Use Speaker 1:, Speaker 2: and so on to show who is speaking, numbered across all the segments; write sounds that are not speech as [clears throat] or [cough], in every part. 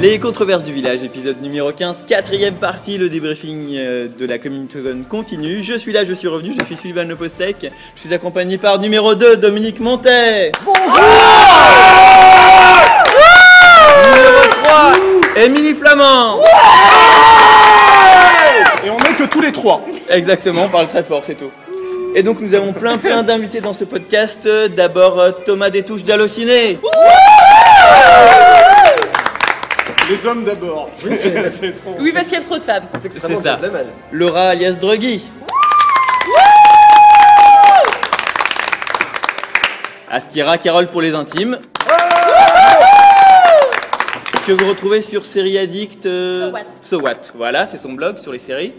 Speaker 1: Les controverses du village, épisode numéro 15, quatrième partie, le débriefing euh, de la Community continue. Je suis là, je suis revenu, je suis Sullivan Le Postec. Je suis accompagné par numéro 2, Dominique Montet. Bonjour Numéro 3, Émilie Flamand.
Speaker 2: Et on est que tous les trois.
Speaker 1: Exactement, on parle très fort, c'est tout. Et donc nous avons plein plein d'invités dans ce podcast. Euh, D'abord euh, Thomas Détouche d'Allociné.
Speaker 2: Les hommes d'abord. [laughs] C'est trop.
Speaker 3: Oui, parce qu'il y a trop de femmes.
Speaker 1: C'est ça. Laura alias Druggy. Astira Carole pour les intimes. Que vous retrouvez sur Série Addict. euh,
Speaker 3: So What.
Speaker 1: Voilà, c'est son blog sur les séries.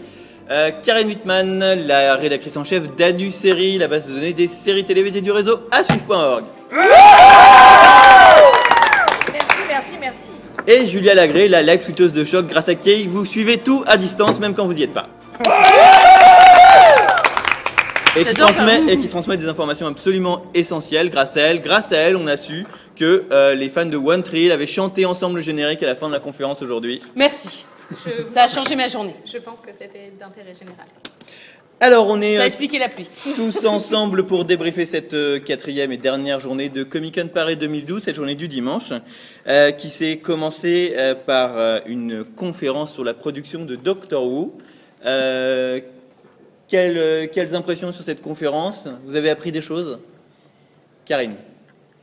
Speaker 1: Euh, Karen Whitman, la rédactrice en chef d'Anu Série, la base de données des séries télévisées du réseau Asuf.org.
Speaker 3: Merci, merci, merci.
Speaker 1: Et Julia Lagré, la live tweeteuse de choc grâce à qui vous suivez tout à distance même quand vous n'y êtes pas. Et qui,
Speaker 3: J'adore
Speaker 1: transmet,
Speaker 3: faire
Speaker 1: et qui transmet des informations absolument essentielles grâce à elle. Grâce à elle, on a su que euh, les fans de One Tree Hill avaient chanté ensemble le générique à la fin de la conférence aujourd'hui.
Speaker 3: Merci.
Speaker 4: Je,
Speaker 3: Ça a changé ma journée.
Speaker 4: je pense que c'était d'intérêt général.
Speaker 1: Alors, on est
Speaker 3: Ça a
Speaker 1: euh,
Speaker 3: expliqué la pluie.
Speaker 1: [laughs] tous
Speaker 3: [laughs]
Speaker 1: ensemble pour débriefer cette euh, quatrième et dernière journée de Comic Con Paris 2012, cette journée du dimanche, euh, qui s'est commencée euh, par euh, une conférence sur la production de Doctor Who. Euh, quelles, euh, quelles impressions sur cette conférence Vous avez appris des choses Karine.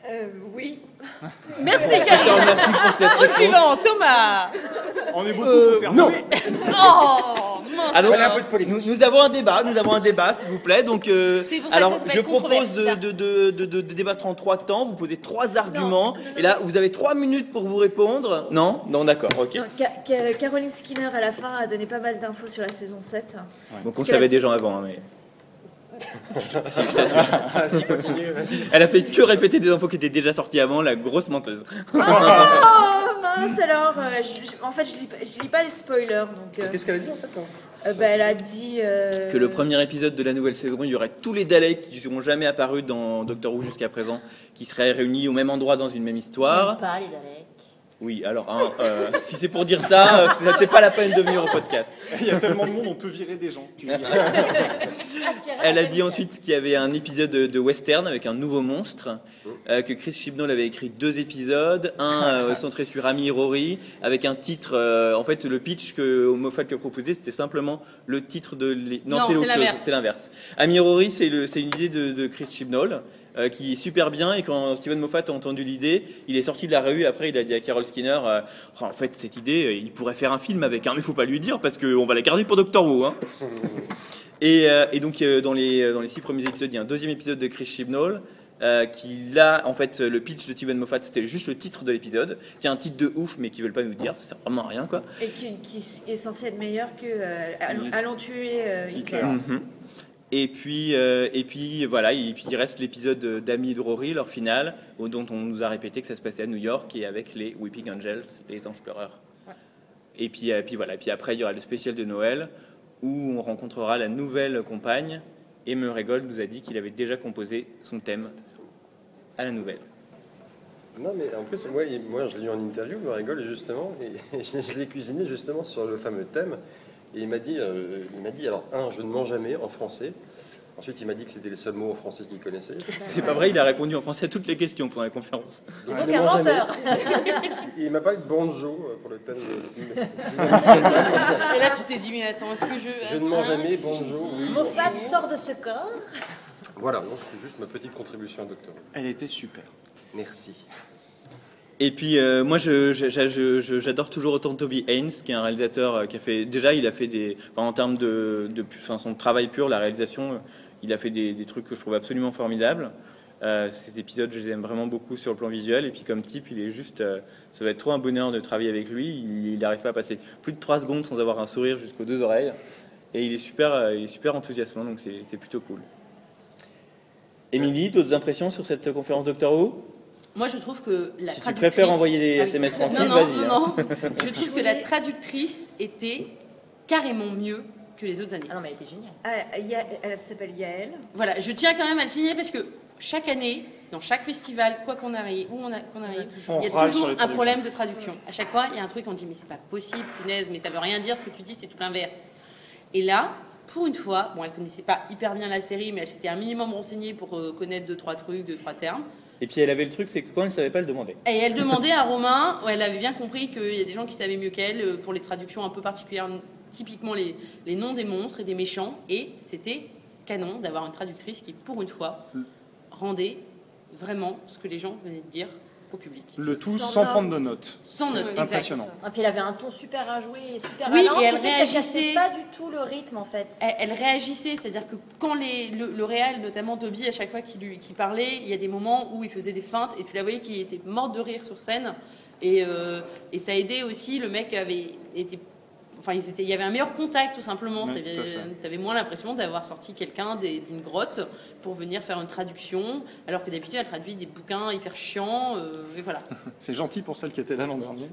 Speaker 4: Euh, oui.
Speaker 3: [laughs] Merci,
Speaker 1: Je
Speaker 3: Karine.
Speaker 1: te remercie pour cette
Speaker 3: Au
Speaker 1: réponse.
Speaker 3: suivant, Thomas.
Speaker 2: On est beaucoup, faut faire jouer.
Speaker 3: Oh, mince.
Speaker 1: Alors, Ah, euh, nous, nous avons un débat, nous avons un débat, s'il vous plaît. Donc, euh,
Speaker 3: C'est pour ça que
Speaker 1: alors,
Speaker 3: ça s'appelle
Speaker 1: je propose de,
Speaker 3: controverse.
Speaker 1: de, de, de- de- de débattre en trois temps. Vous posez trois arguments, et là, vous avez trois minutes pour vous répondre. Non, non, d'accord, ok.
Speaker 5: Non, Ca- Ca- Caroline Skinner à la fin a donné pas mal d'infos sur la saison 7.
Speaker 1: Donc, on
Speaker 5: Parce
Speaker 1: savait
Speaker 5: qu'elle-
Speaker 1: des gens avant, hein, mais. [laughs] si, je
Speaker 3: [laughs]
Speaker 1: t'assure.
Speaker 3: Ah,
Speaker 1: Elle a fait que répéter des infos qui étaient déjà sorties avant, la grosse menteuse.
Speaker 3: Euh.
Speaker 5: Oh mince alors euh, je- je- En fait, je lis, pas- je lis pas les spoilers donc. euh,
Speaker 2: Qu'est-ce qu'elle a dit en fait hein
Speaker 5: euh, bah, elle a dit. euh,
Speaker 1: Que le premier épisode de la nouvelle saison, il y aurait tous les Daleks qui seront jamais apparus dans Doctor Who jusqu'à présent, qui seraient réunis au même endroit dans une même histoire. Oui, alors, hein, euh, si c'est pour dire ça, euh, ça n'était pas la peine de venir au podcast.
Speaker 2: [laughs] Il y a tellement de monde, on peut virer des gens.
Speaker 1: [laughs] Elle a dit ensuite qu'il y avait un épisode de, de western avec un nouveau monstre, euh, que Chris Chibnall avait écrit deux épisodes, un euh, centré sur Ami et Rory, avec un titre. euh, en fait, le pitch que Moffat lui a proposé, c'était simplement le titre de. l'é-
Speaker 3: Non,
Speaker 1: c'est
Speaker 3: c'est
Speaker 1: l'autre chose,
Speaker 3: l'inverse.
Speaker 1: c'est l'inverse. Ami et Rory, c'est le- c'est une idée de, de Chris Chibnall. euh, qui est super bien et quand Steven Moffat a entendu l'idée, il est sorti de la revue après il a dit à Carol Skinner euh, Oh, en fait cette idée euh, il pourrait faire un film avec hein, mais faut pas lui dire parce qu'on va la garder pour Doctor Who hein. Et, euh, et donc, euh, dans, les, euh, dans les six premiers épisodes, il y a un deuxième épisode de Chris Chibnall. euh, qui là, en fait, euh, le pitch de Steven Moffat, c'était juste le titre de l'épisode, qui est un titre de ouf, mais qu'ils veulent pas nous dire, ça sert vraiment à rien, quoi.
Speaker 5: Et qui, qui s- est censé être meilleur que. euh, allons,
Speaker 1: Hitler.
Speaker 5: allons tuer euh, Hitler.
Speaker 1: Mhm. Et puis, euh, et puis voilà, et puis il reste l'épisode euh, d'Amy et de Rory, leur finale, au- dont on nous a répété que ça se passait à New York et avec les Weeping Angels, les anges pleureurs. Et puis, euh, puis voilà, puis après il y aura le spécial de Noël où on rencontrera la nouvelle compagne. Et Meuregold nous a dit qu'il avait déjà composé son thème à la nouvelle.
Speaker 6: Non, mais en plus, moi, il- moi je l'ai eu en interview, me rigole, justement, et [laughs] je, je l'ai cuisiné justement sur le fameux thème. Et il m'a dit, euh, il m'a dit, alors, un, je ne mens jamais en français. Ensuite, il m'a dit que c'était le seul mot en français qu'il connaissait.
Speaker 1: [laughs] C'est pas vrai, il a répondu en français à toutes les questions pendant la conférence.
Speaker 6: Donc,
Speaker 4: Donc
Speaker 6: je ne
Speaker 4: un
Speaker 6: mens jamais.
Speaker 4: menteur.
Speaker 6: Et il m'a parlé de banjo euh, pour le thème.
Speaker 4: [laughs]
Speaker 6: de-
Speaker 3: Et là, tu t'es dit, mais attends, est-ce que je.
Speaker 6: je ne mens jamais, banjo, oui.
Speaker 4: Mon fan sort de ce corps.
Speaker 6: Voilà, donc c'était juste ma petite contribution à Docteur. Who.
Speaker 2: Elle était super.
Speaker 6: Merci.
Speaker 1: Et puis euh, moi je- je- je- je- je- j'adore toujours autant Toby Haynes qui est un réalisateur euh, qui a fait déjà il a fait des enfin, en termes de, de enfin, son travail pur la réalisation euh, il a fait des, des trucs que je trouve absolument formidables Euh, ces épisodes je les aime vraiment beaucoup sur le plan visuel et puis comme type il est juste euh, ça va être trop un bonheur de travailler avec lui il n'arrive pas à passer plus de 3 secondes sans avoir un sourire jusqu'aux deux oreilles et il est super euh, il est super enthousiasmant donc c'est c'est plutôt cool Émilie, d'autres impressions sur cette conférence Doctor Who
Speaker 3: Moi, je troutrouve que la
Speaker 1: Si tu
Speaker 3: traductrice-
Speaker 1: préfères envoyer des SMS tranquilles,
Speaker 3: Ah Non, non,
Speaker 1: vas-y, hein.
Speaker 3: non, non. Je trouve que la traductrice était carrément mieux que les autres années.
Speaker 4: Ah non, mais elle était géniale.
Speaker 5: Ah, Ya- elle s'appelle Yael.
Speaker 3: Voilà, je tiens quand même à le signer parce que chaque année, dans chaque festival, quoi qu'on arrive, où on a- qu'on arrive,
Speaker 2: On
Speaker 3: il y a
Speaker 2: râle sur
Speaker 3: toujours
Speaker 2: les
Speaker 3: un
Speaker 2: traductions.
Speaker 3: problème de traduction. À chaque fois, il y a un truc, on dit, mais c'est pas possible, punaise, mais ça veut rien dire, ce que tu dis, c'est tout l'inverse. Et là, pour une fois, bon, elle connaissait pas hyper bien la série, mais elle s'était un minimum renseignée pour euh, connaître deux, trois trucs, deux, trois termes.
Speaker 1: Et puis elle avait le truc, c'est que quand elle ne savait pas le demander.
Speaker 3: Et elle demandait à Romain, elle avait bien compris qu'il y a des gens qui savaient mieux qu'elle euh, pour les traductions un peu particulières, typiquement les, les noms des monstres et des méchants. Et c'était canon d'avoir une traductrice qui, pour une fois,
Speaker 2: Mm.
Speaker 3: rendait vraiment ce que les gens venaient de dire au public.
Speaker 2: Le tout
Speaker 7: Sans
Speaker 2: sans
Speaker 7: notes.
Speaker 2: prendre de notes.
Speaker 3: Sans notes, exact.
Speaker 2: Impressionnant. [laughs]
Speaker 7: Et Ah, puis elle avait un ton super à jouer, super
Speaker 3: Oui,
Speaker 7: allant,
Speaker 3: et
Speaker 7: ce
Speaker 3: elle
Speaker 7: qui fait qu'elle cassait
Speaker 3: réagissait.
Speaker 7: pas du tout le rythme en fait.
Speaker 3: Elle, elle réagissait, c'est-à-dire que quand les, le, le réal, notamment Toby, à chaque fois qu'il lui- qu'il parlait, il y a des moments où il faisait des feintes et tu la voyais qui était morte de rire sur scène. Et, euh, et ça aidait aussi, le mec avait été. Enfin, ils étaient, il y avait un meilleur contact tout simplement.
Speaker 2: Ouais,
Speaker 3: Tu
Speaker 2: tout à fait.
Speaker 3: avais moins l'impression d'avoir sorti quelqu'un des- d'une grotte pour venir faire une traduction, alors que d'habitude elle traduit des bouquins hyper chiants. euh,
Speaker 2: [laughs]
Speaker 3: et voilà.
Speaker 2: C'est gentil pour celle qui était là
Speaker 1: [laughs]
Speaker 2: l'an dernier.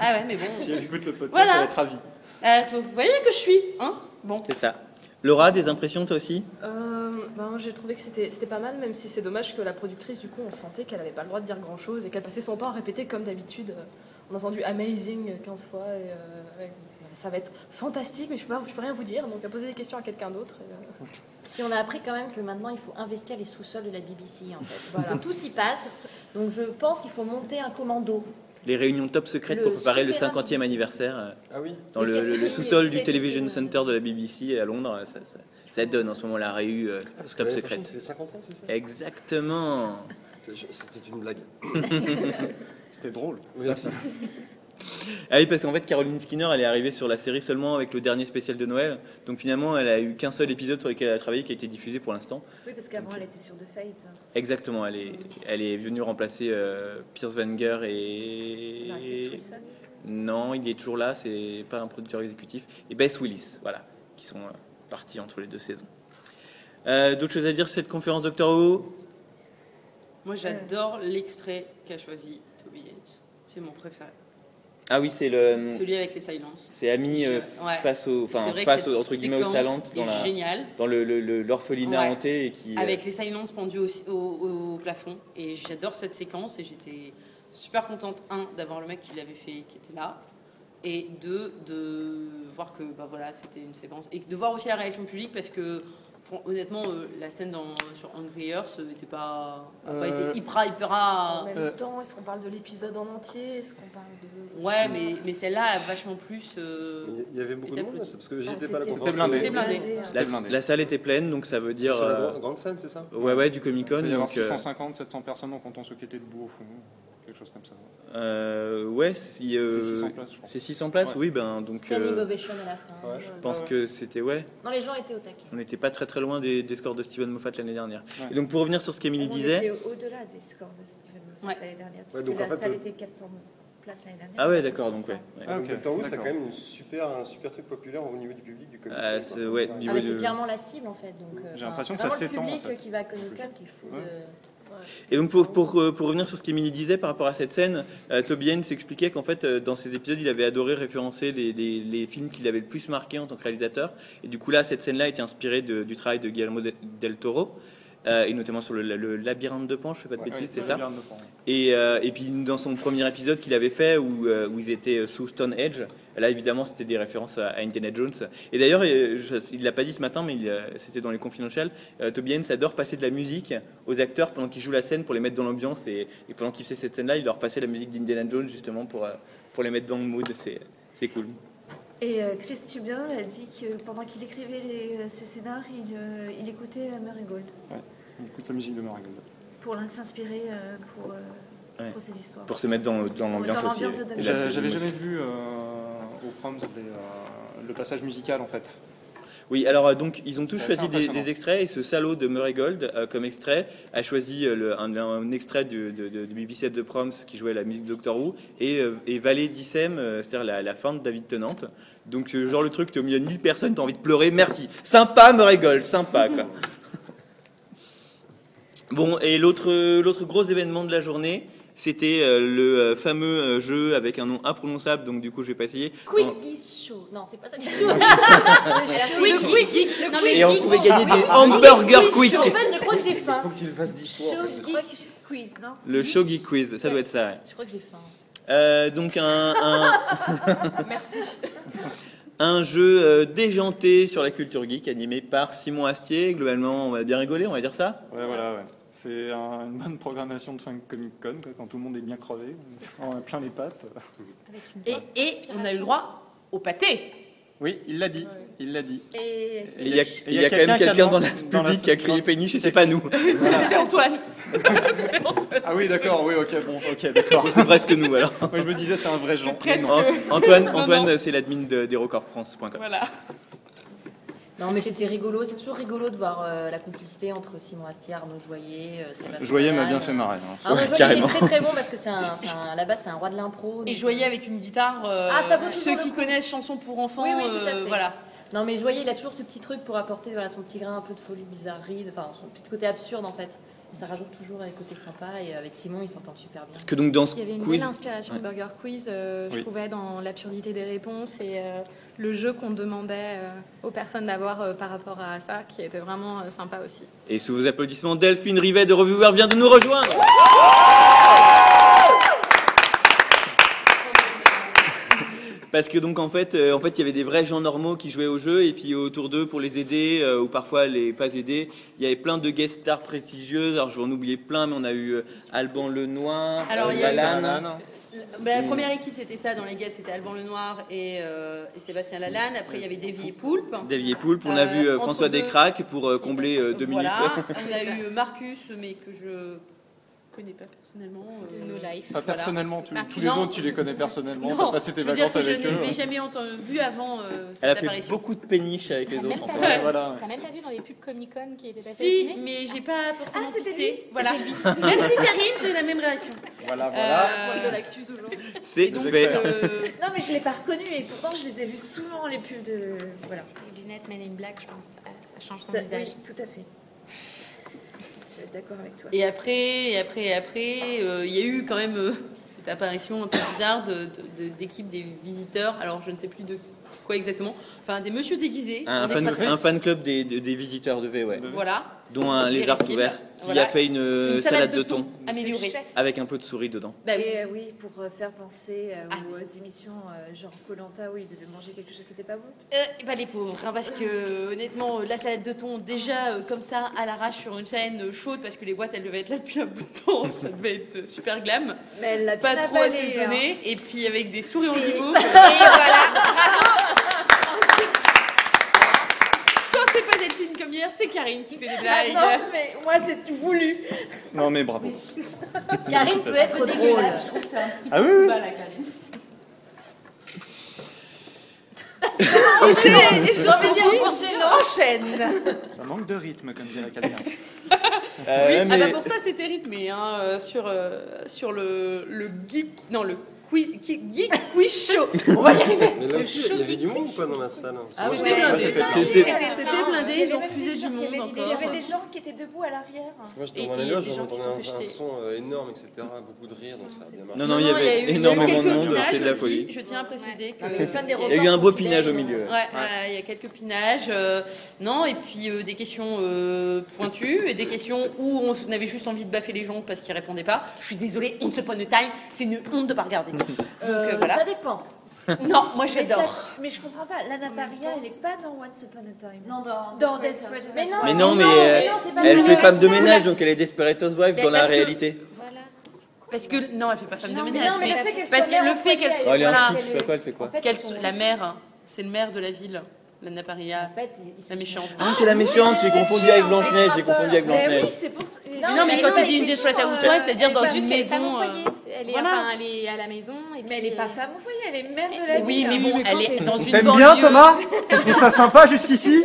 Speaker 3: Ah ouais, mais bon.
Speaker 2: si elle écoute le podcast,
Speaker 3: Voilà.
Speaker 2: elle va être ravie.
Speaker 3: Ah, toi, vous voyez que je suis, hein Bon.
Speaker 1: C'est ça. Laura, des impressions toi aussi
Speaker 7: Euh, ben, j'ai trouvé que c'était c'était pas mal, même si c'est dommage que la productrice, du coup, on sentait qu'elle avait pas le droit de dire grand chose et qu'elle passait son temps à répéter comme d'habitude. Euh, On a entendu amazing 15 fois et euh, ouais, ça va être fantastique, mais je peux, pas- je peux rien vous dire, donc à poser des questions à quelqu'un d'autre. et, euh,
Speaker 8: Si on a appris quand même que maintenant il faut investir les sous-sols de la BBC en fait. Voilà, tout s'y passe. Donc je pense qu'il faut monter un commando.
Speaker 1: Les réunions top secrètes
Speaker 8: Le
Speaker 1: pour préparer le
Speaker 8: super
Speaker 1: 50e anniversaire euh,
Speaker 6: Ah oui
Speaker 1: dans le,
Speaker 8: Le
Speaker 1: le- le
Speaker 8: casting,
Speaker 1: sous-sol
Speaker 8: c'est
Speaker 1: du
Speaker 8: le
Speaker 1: Television
Speaker 8: film.
Speaker 1: Center de la BBC à Londres. Ça, ça- ça donne en ce moment la réu euh, top secrète.
Speaker 6: C'était 50 ans, c'est ça
Speaker 1: Exactement.
Speaker 6: Je- C'était
Speaker 1: [laughs]
Speaker 6: une blague.
Speaker 2: C'était drôle.
Speaker 6: Merci.
Speaker 1: Ah oui, parce qu'en fait, Caroline Skinner, elle est arrivée sur la série seulement avec le dernier spécial de Noël. Donc finalement, elle a eu qu'un seul épisode sur lequel elle a travaillé qui a été diffusé pour l'instant.
Speaker 7: Oui, parce qu'avant elle était sur The Fate.
Speaker 5: hein.
Speaker 1: Exactement, elle est, elle est venue remplacer euh, Pierce Wenger et. Non, il est toujours là, c'est pas un producteur exécutif. Et Bess Willis, voilà, qui sont euh, partis entre les deux saisons. Euh, D'autres choses à dire sur cette conférence Docteur Who
Speaker 3: Moi, j'adore l'extrait qu'a choisi Toby Haynes. C'est mon préféré.
Speaker 1: Ah oui, c'est le.
Speaker 3: Celui avec les silences.
Speaker 1: C'est Ami euh,
Speaker 3: Je- ouais.
Speaker 1: face au.
Speaker 3: C'est
Speaker 1: Enfin,
Speaker 3: vrai que
Speaker 1: face
Speaker 3: cette
Speaker 1: au, entre guillemets, au
Speaker 3: séquence
Speaker 1: Salante dans
Speaker 3: est
Speaker 1: la-
Speaker 3: géniale.
Speaker 1: Dans le- le- le- l'orphelinat
Speaker 3: Ouais.
Speaker 1: hanté et qui. euh,
Speaker 3: Avec les silences pendus au, au- au plafond. Et j'adore cette séquence. Et j'étais super contente, un, d'avoir le mec qui l'avait fait, qui était là. Et deux, de voir que bah, voilà, c'était une séquence. Et de voir aussi la réaction publique parce que. fran- Honnêtement, euh, la scène dans, sur Angry Earth n'était pas, a pas
Speaker 2: Euh,
Speaker 3: été hyper, ah. hyper.
Speaker 5: En même
Speaker 2: Euh.
Speaker 5: temps, est-ce qu'on parle de l'épisode en entier Est-ce qu'on parle de.
Speaker 3: Ouais, mais, mais celle-là a vachement plus. euh,
Speaker 6: Mais Il y avait beaucoup de monde là, c'est parce que j'étais pas là pour
Speaker 2: C'était
Speaker 6: voir
Speaker 2: blindé.
Speaker 3: C'était blindé.
Speaker 1: la,
Speaker 2: C'était blindé.
Speaker 1: la salle était pleine, donc ça veut
Speaker 6: C'est
Speaker 1: dire.
Speaker 6: sur la
Speaker 1: euh,
Speaker 6: grande- grande scène, c'est ça
Speaker 1: ouais, ouais, du Comic
Speaker 2: Il
Speaker 1: Con.
Speaker 2: va y avoir
Speaker 1: donc, euh,
Speaker 2: 650, 700 personnes en comptant ceux qui étaient debout au fond. Quelque chose comme ça.
Speaker 1: euh, ouais, si. euh,
Speaker 2: C'est 600 places, je crois.
Speaker 1: C'est 600 places,
Speaker 2: Ouais.
Speaker 1: oui, ben donc.
Speaker 7: Standing
Speaker 1: euh,
Speaker 7: ovation à la fin.
Speaker 6: Ouais.
Speaker 7: Je-
Speaker 1: je pense que c'était ouais.
Speaker 7: Non, les gens étaient au taquet.
Speaker 1: On n'était pas très très loin des, des scores de Steven Moffat l'année dernière.
Speaker 2: Ouais.
Speaker 1: Et donc pour revenir sur ce
Speaker 3: Ah,
Speaker 1: qu'Emilie
Speaker 9: On
Speaker 1: disait,
Speaker 9: était au- au-delà des scores de Steven Moffat
Speaker 3: Ouais.
Speaker 9: l'année dernière, puisque
Speaker 6: Ouais, donc, en
Speaker 9: la
Speaker 6: fait,
Speaker 9: salle
Speaker 6: le-
Speaker 9: était 400 places l'année dernière.
Speaker 1: ah ouais
Speaker 9: Là, c'est
Speaker 1: d'accord donc
Speaker 9: 600.
Speaker 1: ouais. ouais.
Speaker 2: Ah,
Speaker 6: Donc,
Speaker 2: ok,
Speaker 6: Doctor Who, c'est
Speaker 2: d'accord.
Speaker 6: quand même une super, un super truc populaire au niveau du public, du comité.
Speaker 1: Ah, c'est- ouais,
Speaker 7: Ah,
Speaker 1: niveau
Speaker 7: mais
Speaker 1: de-
Speaker 7: c'est clairement la cible en fait. donc, euh,
Speaker 2: J'ai
Speaker 7: enfin,
Speaker 2: l'impression que
Speaker 7: vraiment
Speaker 2: ça
Speaker 7: le
Speaker 2: s'étend, en
Speaker 7: public,
Speaker 2: fait.
Speaker 7: euh, qui va à Comic Con, qu'il faut
Speaker 2: Ouais.
Speaker 7: de-
Speaker 1: Et donc pour, pour, euh, pour revenir sur ce qu'Emilie disait par rapport à cette scène, euh, Toby Haynes s'expliquait qu'en fait euh, dans ses épisodes il avait adoré référencer les, les- les films qui l'avaient le plus marqué en tant que réalisateur. Et du coup là cette scène-là était inspirée de- du travail de Guillermo de- del Toro. euh, et notamment sur le, le labyrinthe de Pan, je fais pas de bêtises, c'est ça. Et, euh, et puis dans son premier épisode qu'il avait fait où, euh, où ils étaient sous Stonehenge, là évidemment c'était des références à, à Indiana Jones. Et d'ailleurs, euh, je- il l'a pas dit ce matin, mais il, euh, c'était dans les confidentials, euh, Toby Haynes adore passer de la musique aux acteurs pendant qu'ils jouent la scène pour les mettre dans l'ambiance. Et, et pendant qu'ils faisaient cette scène-là, il leur passait la musique d'Indiana Jones justement pour, euh, pour les mettre dans le mood. C'est, c'est cool.
Speaker 9: Et euh, Chris Chibnall a dit que pendant qu'il écrivait les- ses scénars, il, euh, il écoutait euh, Murray Gold
Speaker 2: On écoute la musique de Marigold.
Speaker 9: pour l'in- s'inspirer euh, pour, euh,
Speaker 1: Ouais.
Speaker 9: pour ses histoires.
Speaker 1: Pour se mettre dans, dans l'ambiance
Speaker 9: Dans
Speaker 1: aussi.
Speaker 9: l'ambiance de
Speaker 1: et la
Speaker 9: Toby.
Speaker 1: petite
Speaker 2: J'a- J'avais
Speaker 1: émotion.
Speaker 2: jamais vu euh, au Proms les, euh, le passage musical en fait.
Speaker 1: Oui, alors euh, donc ils ont tous
Speaker 2: C'est
Speaker 1: choisi
Speaker 2: assez
Speaker 1: des,
Speaker 2: impressionnant.
Speaker 1: des extraits et ce salaud de Murray Gold euh, comme extrait a choisi euh, le- un, un extrait du, de, de, de BBC de Proms qui jouait la musique de Doctor Who et, euh, et Valet Dissem, euh, c'est-à-dire la, la fin de David Tennant. Donc euh, genre le truc, t'es au milieu de 1000 personnes, t'as envie de pleurer, merci. Sympa Murray Gold, sympa quoi. [laughs] Bon, et l'autre euh, l'autre gros événement de la journée, c'était euh, le euh, fameux euh, jeu avec un nom imprononçable, donc du coup je vais pas essayer.
Speaker 7: Queen
Speaker 1: En-
Speaker 7: is show. Non, c'est pas ça.
Speaker 3: [laughs] Quick, quick,
Speaker 1: Et on pouvait gagner des hamburgers quick.
Speaker 7: En fait, je crois que j'ai faim.
Speaker 6: Faut que tu le fasses 10 fois. en fait.
Speaker 7: Show geek.
Speaker 9: quiz, non
Speaker 1: Le shogi quiz, ça doit être ça. ouais.
Speaker 8: Je crois que j'ai faim.
Speaker 1: Euh, donc un, un,
Speaker 7: [laughs] Merci.
Speaker 1: un jeu euh, déjanté sur la culture geek animé par Simon Astier. Globalement, on va bien rigoler, on va dire ça.
Speaker 2: Ouais, voilà, ouais. C'est un- une bonne programmation de fin de Comic Con, quoi, quand tout le monde est bien crevé, on en a plein les pattes.
Speaker 3: Et, et on a eu le droit au pâté.
Speaker 2: Oui, il l'a dit, il l'a dit.
Speaker 7: Et
Speaker 1: Et il y a, il y a quand même quelqu'un dans la public qui a crié péniche et c'est pas nous.
Speaker 3: [laughs] C'est Antoine.
Speaker 2: Ah oui, d'accord, oui, ok, bon, ok, d'accord.
Speaker 1: [laughs] C'est presque nous alors.
Speaker 2: Moi, je me disais, c'est un vrai Jean.
Speaker 3: presque.
Speaker 2: Non, non.
Speaker 1: Ant- Antoine,
Speaker 3: Non,
Speaker 1: Antoine c'est l'admin de, des recordsfrance.com.
Speaker 3: Voilà.
Speaker 8: Non, mais c'était rigolo. C'est toujours rigolo de voir euh, la complicité entre Simon Astier, Arnaud Joyer, euh, Sébastien.
Speaker 2: Joyer m'a bien
Speaker 8: Lahaye.
Speaker 2: fait marrer. hein.
Speaker 8: Arnaud Joyer,
Speaker 1: Carrément.
Speaker 8: il est très très bon parce que
Speaker 2: [laughs]
Speaker 8: c'est un, c'est un- là-bas, c'est un roi de l'impro.
Speaker 3: Et
Speaker 8: donc-
Speaker 3: joyer avec une guitare. euh,
Speaker 8: Ah, ça vaut
Speaker 3: ceux
Speaker 8: toujours
Speaker 3: qui
Speaker 8: le coup.
Speaker 3: connaissent chansons pour enfants,
Speaker 8: Oui, oui, tout à
Speaker 3: euh,
Speaker 8: fait.
Speaker 3: voilà.
Speaker 8: Non, mais Joyer, il a toujours ce petit truc pour apporter voilà, son petit grain un peu de folie, bizarrerie, de- enfin son petit côté absurde en fait. Ça rajoute toujours un côté sympa et avec Simon, ils s'entendent super bien.
Speaker 1: Parce que donc dans ce
Speaker 4: Il y avait une
Speaker 1: quiz,
Speaker 4: belle inspiration
Speaker 1: Ouais.
Speaker 4: Burger Quiz, euh, je
Speaker 2: Oui.
Speaker 4: trouvais, dans l'absurdité des réponses et euh, le jeu qu'on demandait euh, aux personnes d'avoir euh, par rapport à ça, qui était vraiment euh, sympa aussi.
Speaker 1: et sous vos applaudissements, Delphine Rivet de Reviewer vient de nous rejoindre. Parce que donc en fait, euh, en fait, il y avait des vrais gens normaux qui jouaient au jeu et puis autour d'eux pour les aider euh, ou parfois les pas aider. Il y avait plein de guest stars prestigieuses. Alors je vais en oublier plein, mais on a eu euh, Alban Lenoir,
Speaker 3: Alors,
Speaker 1: euh,
Speaker 3: il y a-
Speaker 1: Balan.
Speaker 3: La- bah, la première équipe, c'était ça. Dans les gars, c'était Alban Lenoir et, euh, et Sébastien Lalanne. Après, il y avait Davy et Poulpe.
Speaker 1: Davy et Poulpe. On a
Speaker 3: Euh,
Speaker 1: vu euh,
Speaker 3: entre
Speaker 1: François
Speaker 3: deux-
Speaker 1: Descraques pour euh, combler euh, deux minutes. [laughs]
Speaker 3: voilà. [laughs] On a eu Marcus, mais que je connais pas personnellement. euh,
Speaker 4: No life.
Speaker 2: Pas Ah, personnellement, tu-
Speaker 4: Voilà.
Speaker 2: tous les
Speaker 3: Non.
Speaker 2: autres, tu les connais personnellement.
Speaker 3: Non,
Speaker 2: T'as passé tes
Speaker 3: je veux dire
Speaker 2: vacances
Speaker 3: que je
Speaker 2: avec
Speaker 3: n'ai- je
Speaker 2: eux.
Speaker 3: l'ai jamais entendu, vu avant euh, cette
Speaker 1: Elle a fait
Speaker 3: apparition.
Speaker 1: beaucoup de péniches avec les autres. en fait.
Speaker 3: [laughs]
Speaker 2: Ouais, voilà.
Speaker 3: Euh,
Speaker 9: T'as même pas vu dans les pubs Comic Con qui étaient passées au
Speaker 3: Si,
Speaker 9: ciné
Speaker 3: mais j'ai pas forcément
Speaker 9: Ah, c'était
Speaker 3: pisté. Voilà. Merci Karine, j'ai la même réaction.
Speaker 1: Ah,
Speaker 2: Voilà, voilà.
Speaker 3: Euh,
Speaker 7: C'est de l'actu toujours.
Speaker 1: C'est
Speaker 3: donc,
Speaker 1: fait.
Speaker 3: euh,
Speaker 5: Non, mais je l'ai pas reconnu et pourtant je les ai vus souvent les pubs de. Voilà.
Speaker 4: C'est les lunettes Men in Black, je pense, ça, ça change son
Speaker 5: Ça,
Speaker 4: visage.
Speaker 5: oui, tout à fait. Je suis d'accord avec toi.
Speaker 3: et euh, après, et après, et après, euh, il y a eu quand même euh, cette apparition un peu bizarre de- de- de- d'équipe des visiteurs. Alors je ne sais plus de quoi exactement. Enfin, des monsieur déguisés.
Speaker 1: Ah, Un,
Speaker 3: en
Speaker 1: fan,
Speaker 3: extraterrestres.
Speaker 1: un fan club des, des- des visiteurs de V, ouais.
Speaker 3: Voilà.
Speaker 1: Dont un
Speaker 3: Eric
Speaker 1: lézard
Speaker 3: Hill.
Speaker 1: couvert qui
Speaker 3: Voilà.
Speaker 1: a fait une, euh,
Speaker 3: Une
Speaker 1: salade, de thon,
Speaker 3: améliorée.
Speaker 4: Monsieur le chef.
Speaker 1: avec un peu de souris dedans.
Speaker 3: Bah oui. Ah.
Speaker 5: Et euh, oui, pour euh, faire penser euh, aux émissions euh, genre Colanta où il devait manger quelque chose qui n'était pas bon.
Speaker 3: Euh, bah les pauvres, hein, parce que honnêtement, euh, la salade de thon, déjà euh, comme ça, à l'arrache sur une scène euh, chaude, parce que les boîtes, elles devaient être là depuis un bout de temps, ça devait être euh, super glam,
Speaker 5: Mais elle l'a
Speaker 3: pas
Speaker 5: bien
Speaker 3: trop
Speaker 5: avalé, hein.
Speaker 3: assaisonnée, et puis avec des souris en niveau.
Speaker 4: Et voilà,
Speaker 3: Quand c'est pas Delphine comme hier, c'est Karine qui fait les
Speaker 5: Ah
Speaker 3: blagues.
Speaker 5: non, mais moi
Speaker 3: [laughs]
Speaker 5: c'est voulu.
Speaker 2: Non, mais bravo.
Speaker 8: Karine peut être drôle.
Speaker 9: Dégueulasse, je trouve ça un petit
Speaker 2: Ah oui, oui.
Speaker 9: bas la Karine.
Speaker 5: [laughs]
Speaker 3: Et, c'est- et sur ceci, enchaîne.
Speaker 2: Ça manque de rythme, comme dirait quelqu'un.
Speaker 1: Euh,
Speaker 3: Ah
Speaker 1: mais-
Speaker 3: bah pour ça, c'était rythmé, hein, euh, sur, euh, sur le, le geek, non le qui- qui- geek quiz
Speaker 1: [laughs]
Speaker 3: show. On va y arriver.
Speaker 6: Mais là aussi, il y avait du monde quoi dans la salle.
Speaker 8: Ah
Speaker 6: Moi,
Speaker 8: oui,
Speaker 6: j'étais-
Speaker 8: oui,
Speaker 6: moi,
Speaker 8: oui.
Speaker 6: j'étais-
Speaker 1: C'était-
Speaker 3: C'était blindé, ils ont refusé du monde
Speaker 5: Il y
Speaker 3: encore.
Speaker 5: avait des gens qui étaient debout à l'arrière.
Speaker 6: Moi
Speaker 3: Et-
Speaker 6: j'étais dans la
Speaker 3: et
Speaker 6: loge,
Speaker 3: des gens qui
Speaker 6: j'entendais
Speaker 3: se
Speaker 6: un,
Speaker 3: font
Speaker 6: un
Speaker 3: jeter.
Speaker 6: son euh, énorme, etc. Beaucoup de rire, donc ça a bien marché.
Speaker 1: Non, non, il y avait énormément de monde, c'est de la folie.
Speaker 3: Je tiens à préciser que.
Speaker 8: mais plein de
Speaker 3: Ouais,
Speaker 1: Il y a eu un beau pinage au milieu.
Speaker 3: ouais, ouais, il y a quelques pinages. euh, non, et puis euh, des questions euh, pointues et des questions où on avait juste envie de baffer les gens parce qu'ils répondaient pas. Je suis désolée, on ne se point de time, c'est une honte de
Speaker 1: [laughs]
Speaker 3: pas regarder. Donc euh,
Speaker 8: Euh,
Speaker 3: voilà.
Speaker 8: Ça dépend.
Speaker 3: Non, moi
Speaker 5: Mais, ça-
Speaker 3: j'adore.
Speaker 5: mais je comprends pas, Lana
Speaker 9: même
Speaker 5: Paria,
Speaker 9: temps,
Speaker 5: elle est pas dans Once Upon a Time.
Speaker 9: Non, dans,
Speaker 5: Dans Desperate
Speaker 9: Mais non
Speaker 3: Ah,
Speaker 1: Mais non, mais euh,
Speaker 8: non, c'est pas
Speaker 1: elle
Speaker 8: ça.
Speaker 1: fait femme de ménage, donc elle est Desperate Housewives dans la
Speaker 3: Parce que-
Speaker 1: réalité.
Speaker 4: voilà.
Speaker 3: Parce que non, elle fait pas femme de
Speaker 8: Non, mais
Speaker 3: ménage.
Speaker 8: non, mais le fait
Speaker 3: parce
Speaker 8: qu'elle soit
Speaker 3: que le
Speaker 8: mère au
Speaker 3: fait qu'elle
Speaker 8: foyer,
Speaker 1: Oh, elle est
Speaker 3: voilà,
Speaker 1: un style, je sais pas quoi, elle fait quoi
Speaker 3: qu'elle soit- la mère, c'est le maire de la ville, la Naparia,
Speaker 8: En fait, ils- ils
Speaker 3: la
Speaker 8: sont-
Speaker 3: méchante.
Speaker 1: Ah, c'est la méchante, j'ai confondu avec Blanche-Neige, j'ai confondu avec
Speaker 5: Mais
Speaker 1: Blanche-Neige.
Speaker 5: oui, c'est pour ça.
Speaker 3: Non, mais quand il dit une Desperate
Speaker 4: euh,
Speaker 3: Housewife, c'est-à-dire dans une
Speaker 4: Juste femme
Speaker 3: maison.
Speaker 4: au
Speaker 3: euh,
Speaker 4: foyer. Elle est,
Speaker 3: voilà.
Speaker 4: enfin, elle est à la maison. Et
Speaker 5: Mais elle
Speaker 4: puis,
Speaker 5: est pas
Speaker 4: euh,
Speaker 5: femme au foyer, elle est mère de la
Speaker 3: Oui,
Speaker 5: ville.
Speaker 3: mais bon, elle est dans une
Speaker 2: T'aimes
Speaker 3: banlieue.
Speaker 2: bien, Thomas Tu trouves ça sympa jusqu'ici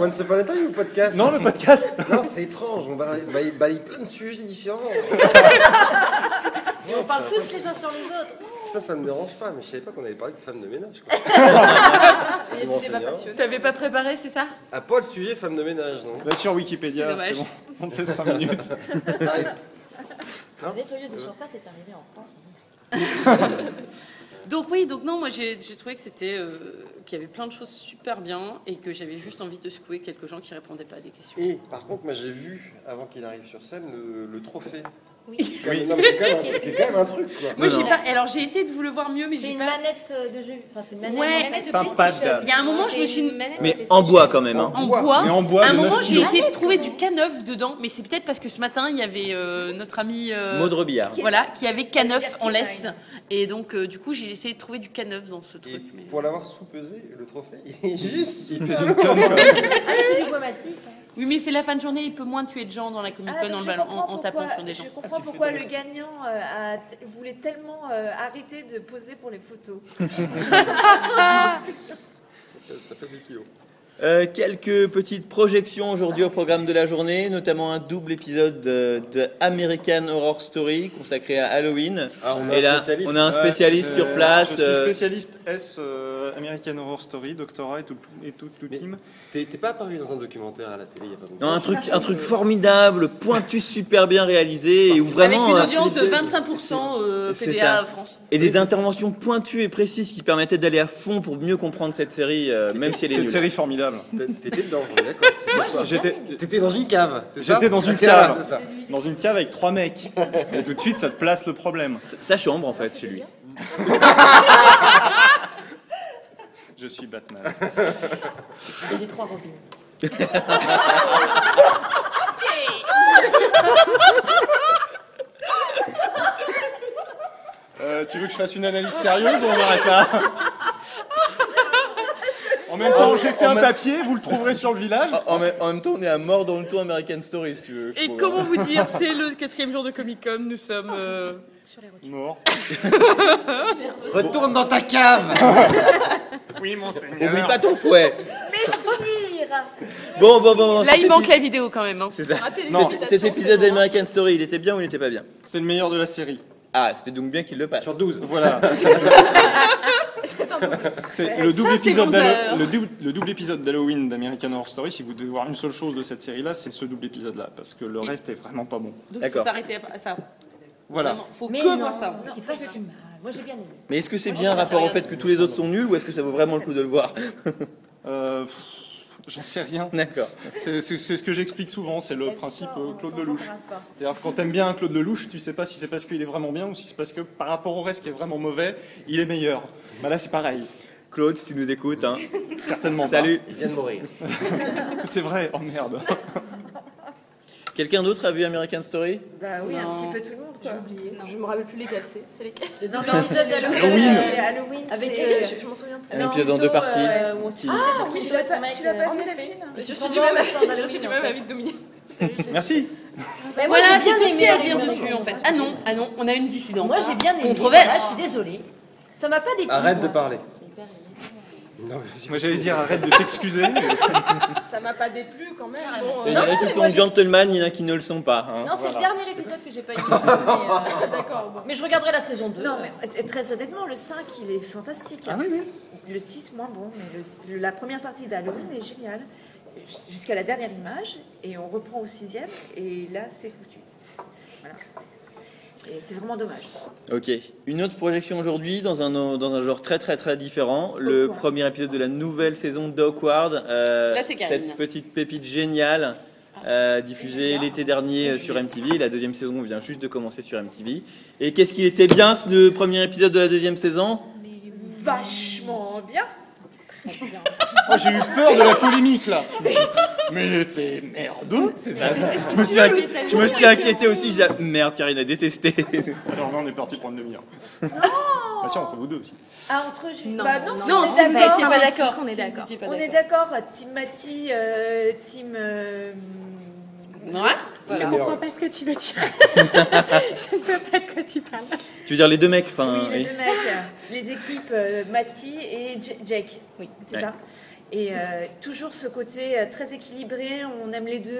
Speaker 6: Once Upon a Time ou podcast
Speaker 2: Non, le podcast
Speaker 6: Non, c'est étrange, on balaye, balaye- balaye plein de sujets différents.
Speaker 8: On parle tous les uns sur les autres.
Speaker 6: Ça, ça me dérange pas, mais je savais pas qu'on avait parlé de femmes de ménage. Quoi. Je vais me renseigner, hein.
Speaker 3: T'avais pas préparé, c'est
Speaker 8: [laughs]
Speaker 3: ça
Speaker 6: Ah, pas le sujet femmes de ménage, non
Speaker 2: Là, sur
Speaker 3: C'est
Speaker 2: Wikipédia,
Speaker 3: dommage.
Speaker 2: c'est bon. On fait 5 minutes.
Speaker 8: Le Toyo de surface est arrivé en
Speaker 3: [laughs]
Speaker 8: France.
Speaker 3: Donc oui, donc non, moi j'ai j'ai trouvé que c'était euh, qu'il y avait plein de choses super bien et que j'avais juste envie de secouer quelques gens qui répondaient pas à des questions.
Speaker 6: Et par contre, moi j'ai vu, avant qu'il arrive sur scène, le, le trophée Quand même- non, mais c'est quand même un- c'est quand même un truc, quoi.
Speaker 3: Moi,
Speaker 1: Non,
Speaker 3: j'ai
Speaker 1: non.
Speaker 3: pas. Alors, j'ai essayé de vous le voir mieux, mais
Speaker 8: C'est
Speaker 3: j'ai
Speaker 8: une
Speaker 3: pas.
Speaker 8: manette euh, de jeu. Enfin, c'est une manette,
Speaker 3: Ouais.
Speaker 8: une manette
Speaker 2: C'est un
Speaker 8: de
Speaker 2: pad.
Speaker 8: PlayStation.
Speaker 3: Il y a un moment, je me suis-
Speaker 8: Une manette de
Speaker 1: Mais en
Speaker 8: PlayStation.
Speaker 1: bois quand même. hein.
Speaker 3: En bois.
Speaker 2: Mais en bois
Speaker 3: à un
Speaker 2: de neuf
Speaker 3: moment, j'ai
Speaker 2: kilos.
Speaker 3: essayé de trouver du caneuf dedans, mais c'est peut-être parce que ce matin, il y avait euh, notre ami. euh,
Speaker 1: Maud Rebillard.
Speaker 3: Voilà, qui avait caneuf en laisse. Et donc, euh, du coup, j'ai essayé de trouver du caneuf dans ce
Speaker 6: Et
Speaker 3: truc. mais-
Speaker 6: pour l'avoir sous-pesé, le trophée, il est juste.
Speaker 2: Il pèse une tonne. quoi.
Speaker 9: Ah, mais c'est du bois massif. hein.
Speaker 3: Oui, mais c'est la fin de journée, il peut moins tuer de gens dans la Comic
Speaker 9: Ah,
Speaker 3: Con
Speaker 9: donc
Speaker 3: en,
Speaker 9: je
Speaker 3: ballant-
Speaker 9: comprends
Speaker 3: en- en tapant
Speaker 9: pourquoi-
Speaker 3: sur des gens. Ah,
Speaker 9: Je comprends pourquoi le gagnant euh, a t- voulait tellement euh, arrêter de poser pour les
Speaker 3: [laughs]
Speaker 9: photos. [laughs]
Speaker 6: Ça, ça fait 10 kilos.
Speaker 1: Euh, quelques petites projections aujourd'hui au programme de la journée, notamment un double épisode de, de American Horror Story consacré à Halloween.
Speaker 6: Ah, on
Speaker 1: Et là, on a un spécialiste
Speaker 2: Ouais,
Speaker 1: sur
Speaker 2: je-
Speaker 1: place.
Speaker 2: Je suis
Speaker 1: euh,
Speaker 2: spécialiste S euh, American Horror Story, doctorat et tout, et tout, tout
Speaker 6: Mais-
Speaker 2: team.
Speaker 6: T'es t'es pas apparu dans un documentaire à la télé il y a pas longtemps
Speaker 1: non, un truc, un truc formidable, pointu, super bien réalisé et où vraiment
Speaker 3: Avec une
Speaker 1: euh,
Speaker 3: audience de 25% euh,
Speaker 1: C'est
Speaker 3: PDA
Speaker 1: ça.
Speaker 3: France.
Speaker 1: et des interventions pointues et précises qui permettaient d'aller à fond pour mieux comprendre cette série, euh, même si elle est
Speaker 2: Cette
Speaker 1: nulle.
Speaker 2: série formidable.
Speaker 6: T'as- T'étais dedans, on est d'accord. C'était quoi
Speaker 2: J'étais
Speaker 6: T'étais dans une cave. c'est ça
Speaker 2: J'étais dans une
Speaker 6: Ah, voilà,
Speaker 2: cave.
Speaker 6: c'est ça.
Speaker 2: dans une cave avec trois mecs. Et tout de suite, ça te place le problème.
Speaker 1: Sa chambre en fait, chez lui.
Speaker 2: [laughs] Je suis Batman.
Speaker 8: Et J'ai trois robins.
Speaker 2: [laughs] Euh, tu veux que je fasse une analyse sérieuse ou on arrête
Speaker 8: [laughs]
Speaker 2: là En même temps, j'ai fait un papier, vous le trouverez sur le village.
Speaker 1: En, même temps, on est à mort dans le ton American Story, si tu veux.
Speaker 3: Et comment vous
Speaker 1: [laughs]
Speaker 3: dire,
Speaker 2: [laughs]
Speaker 3: c'est le quatrième jour de Comic Con, nous sommes. euh, [laughs]
Speaker 2: Mort.
Speaker 6: Retourne dans ta cave
Speaker 2: [laughs] Oui, monseigneur.
Speaker 1: Oublie pas ton fouet. Bon, bon, bon. bon,
Speaker 3: Là, il
Speaker 1: cet
Speaker 3: manque la vidéo quand même. hein.
Speaker 1: C'est ça.
Speaker 2: Non,
Speaker 1: Cet- Cet épisode d'American Story, il était bien ou il était pas bien
Speaker 2: c'est le meilleur de la série.
Speaker 1: Ah, c'était donc bien qu'il le passe.
Speaker 6: Sur 12.
Speaker 2: Voilà. C'est le double
Speaker 3: Ça, c'est
Speaker 2: épisode d'Halo-
Speaker 3: grandeur.
Speaker 2: le, dou- le double épisode d'Halloween d'American Horror Story. Si vous devez voir une seule chose de cette série-là, c'est ce double épisode-là, parce que le reste est vraiment pas bon.
Speaker 3: Donc, faut
Speaker 1: D'accord.
Speaker 3: s'arrêter à ça.
Speaker 2: Voilà.
Speaker 3: Vraiment, faut
Speaker 8: Mais
Speaker 3: que
Speaker 8: non,
Speaker 3: voir ça.
Speaker 8: C'est pas si mal. Moi, j'ai bien aimé.
Speaker 1: [laughs] Mais est-ce que c'est bien rapport au fait que tous les autres sont nuls ou est-ce que ça vaut vraiment le coup de le voir
Speaker 2: Euh, pff, J'en sais rien.
Speaker 1: D'accord.
Speaker 2: C'est c'est- c'est ce que j'explique souvent. C'est le principe euh, Claude Lelouch. C'est-à-dire que quand t'aimes bien un Claude Lelouch, tu sais pas si c'est parce qu'il est vraiment bien ou si c'est parce que par rapport au reste qui est vraiment mauvais, il est meilleur. Bah là, c'est pareil.
Speaker 1: Claude, si tu nous écoutes, hein.
Speaker 2: Certainement pas.
Speaker 1: salut.
Speaker 6: Il vient de mourir.
Speaker 2: [laughs] C'est vrai. Oh merde.
Speaker 1: Quelqu'un d'autre a vu American Story
Speaker 9: [laughs] Bah oui, un
Speaker 3: Non.
Speaker 9: petit peu tout le monde. Quoi.
Speaker 7: J'ai oublié. Je me rappelle plus lesquels c'est. C'est lesquels
Speaker 9: Dans l'épisode
Speaker 2: Halloween.
Speaker 9: C'est Halloween.
Speaker 7: Avec.
Speaker 9: c'est-
Speaker 7: euh, je je m'en souviens plus.
Speaker 1: Un épisode en deux parties.
Speaker 8: Euh, où on se-
Speaker 9: Ah oui,
Speaker 8: qui
Speaker 9: tu
Speaker 8: doit
Speaker 9: l'as
Speaker 8: son
Speaker 9: pas,
Speaker 8: mec,
Speaker 9: tu l'as
Speaker 8: euh,
Speaker 3: Oh,
Speaker 9: pas vu la fille
Speaker 7: Je suis
Speaker 8: sont
Speaker 7: du
Speaker 8: dans
Speaker 7: même
Speaker 8: la- dans
Speaker 7: avis-
Speaker 8: la
Speaker 7: je suis du
Speaker 8: Lune,
Speaker 7: même
Speaker 8: en fait.
Speaker 7: avis que Dominique.
Speaker 2: Merci.
Speaker 8: Mais moi,
Speaker 3: Voilà,
Speaker 8: j'ai
Speaker 3: c'est
Speaker 8: bien
Speaker 3: tout ce
Speaker 8: aimé
Speaker 3: qu'il y a à
Speaker 8: dans
Speaker 3: dire
Speaker 8: les
Speaker 3: dessus
Speaker 8: moments.
Speaker 3: en fait. Ah non, ah non, on a une dissidente. hein.
Speaker 8: Moi, j'ai bien aimé. Voilà, Je
Speaker 3: Controverse.
Speaker 8: suis désolée.
Speaker 9: Ça m'a pas déplu.
Speaker 6: Arrête de
Speaker 8: [laughs]
Speaker 9: moi.
Speaker 6: parler.
Speaker 2: Moi, j'allais dire arrête de t'excuser. mais-
Speaker 7: Ça m'a pas déplu quand
Speaker 3: Ah,
Speaker 7: même. Bon,
Speaker 1: Il y
Speaker 7: euh,
Speaker 1: en a qui sont gentlemen, il y en a qui ne le sont pas. hein.
Speaker 8: Non, c'est
Speaker 2: Voilà.
Speaker 8: le dernier épisode que j'ai pas aimé.
Speaker 2: [laughs]
Speaker 8: mais, euh,
Speaker 7: D'accord. bon.
Speaker 8: Mais je regarderai la saison 2.
Speaker 9: Non, mais euh, très honnêtement, le 5, il est fantastique.
Speaker 2: Ah oui, oui.
Speaker 9: Le 6, moins bon, mais le- le- la première partie d'Halloween est géniale. Jusqu'à la dernière image, et on reprend au sixième, et là, c'est foutu. Voilà. Et c'est vraiment dommage.
Speaker 1: Ok. Une autre projection aujourd'hui dans un, dans un genre très très très différent. Le
Speaker 9: Awkward.
Speaker 1: premier épisode de la nouvelle saison d'Awkward. euh,
Speaker 3: Là, c'est Karine.
Speaker 1: cette petite pépite géniale euh, diffusée l'été dernier euh, sur MTV. La deuxième saison vient juste de commencer sur MTV. Et qu'est-ce qu'il était bien ce le premier épisode de la deuxième saison
Speaker 9: Vachement bien.
Speaker 2: Oh, j'ai eu peur de la polémique là. Mais t'es merdeux.
Speaker 1: je me, suis inqui- je me suis inquiété aussi. J'ai dit, merde, Karine a détesté.
Speaker 2: [laughs] Alors là, on est parti pour une demi-heure. Ah si, entre vous deux aussi.
Speaker 9: Ah, entre Julie.
Speaker 4: Non,
Speaker 9: bah, non,
Speaker 4: non,
Speaker 9: si
Speaker 4: non,
Speaker 9: on
Speaker 3: Non,
Speaker 9: est
Speaker 3: si vous
Speaker 9: d'accord.
Speaker 3: n'étiez
Speaker 4: on
Speaker 3: pas
Speaker 4: est
Speaker 3: d'accord.
Speaker 4: d'accord.
Speaker 3: si vous étiez pas
Speaker 9: On est d'accord, Team Mati, euh, Team. euh,
Speaker 3: d'accord. Ouais.
Speaker 4: Je
Speaker 3: Voilà.
Speaker 4: comprends pas ce que tu veux dire.
Speaker 9: [laughs]
Speaker 4: je ne peux pas de quoi tu parles.
Speaker 1: Tu veux dire les deux mecs enfin,
Speaker 9: oui, les
Speaker 1: oui.
Speaker 9: deux mecs, les équipes euh, Mati et J- Jake. Oui, c'est
Speaker 1: Ouais.
Speaker 9: ça. Et euh, toujours ce côté euh, très équilibré, on aime les deux.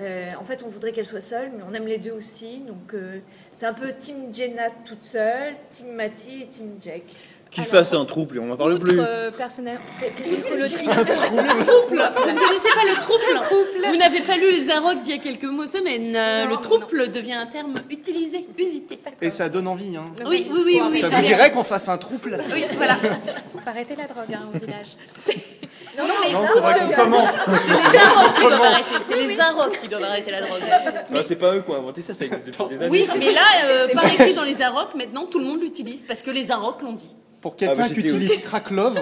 Speaker 9: Euh, en fait, on voudrait qu'elle soit seule, mais on aime les deux aussi. Donc, euh, c'est un peu Team Jenna toute seule, Team Mati et Team Jake.
Speaker 1: Qu'ils
Speaker 4: Alors,
Speaker 1: fassent un trouble et on n'en parle
Speaker 4: Outre
Speaker 1: plus.
Speaker 4: euh, personnel, outre le tri-
Speaker 3: Ah, [laughs] Vous ne connaissez pas le trouble Vous n'avez pas lu les Inrocks d'il y a quelques mois- semaines. euh,
Speaker 4: Non,
Speaker 3: le trouble devient un terme utilisé, usité.
Speaker 2: Et ça donne envie, hein.
Speaker 4: Non,
Speaker 3: Oui,
Speaker 4: mais
Speaker 3: oui, oui,
Speaker 4: faut
Speaker 3: oui.
Speaker 2: Ça
Speaker 4: arrêter-
Speaker 2: vous dirait qu'on fasse un trouble
Speaker 3: Oui,
Speaker 5: [laughs]
Speaker 3: voilà.
Speaker 4: faut arrêter la drogue hein, au village.
Speaker 7: Non, mais
Speaker 2: Non, faudrait qu'on commence.
Speaker 3: Les Arocs qui doivent
Speaker 2: Commence.
Speaker 3: arrêter. C'est les Arocs qui doivent arrêter la drogue.
Speaker 1: Non, c'est pas eux qui ont inventé ça, ça existe depuis des années.
Speaker 3: Oui, mais là, euh, par écrit dans les Arocs, maintenant tout le monde l'utilise parce que les Arocs l'ont dit.
Speaker 2: Pour
Speaker 1: Ah,
Speaker 2: quelqu'un
Speaker 1: bah,
Speaker 2: qui
Speaker 1: j'étais où
Speaker 2: utilise
Speaker 3: [laughs]
Speaker 2: Cracklove,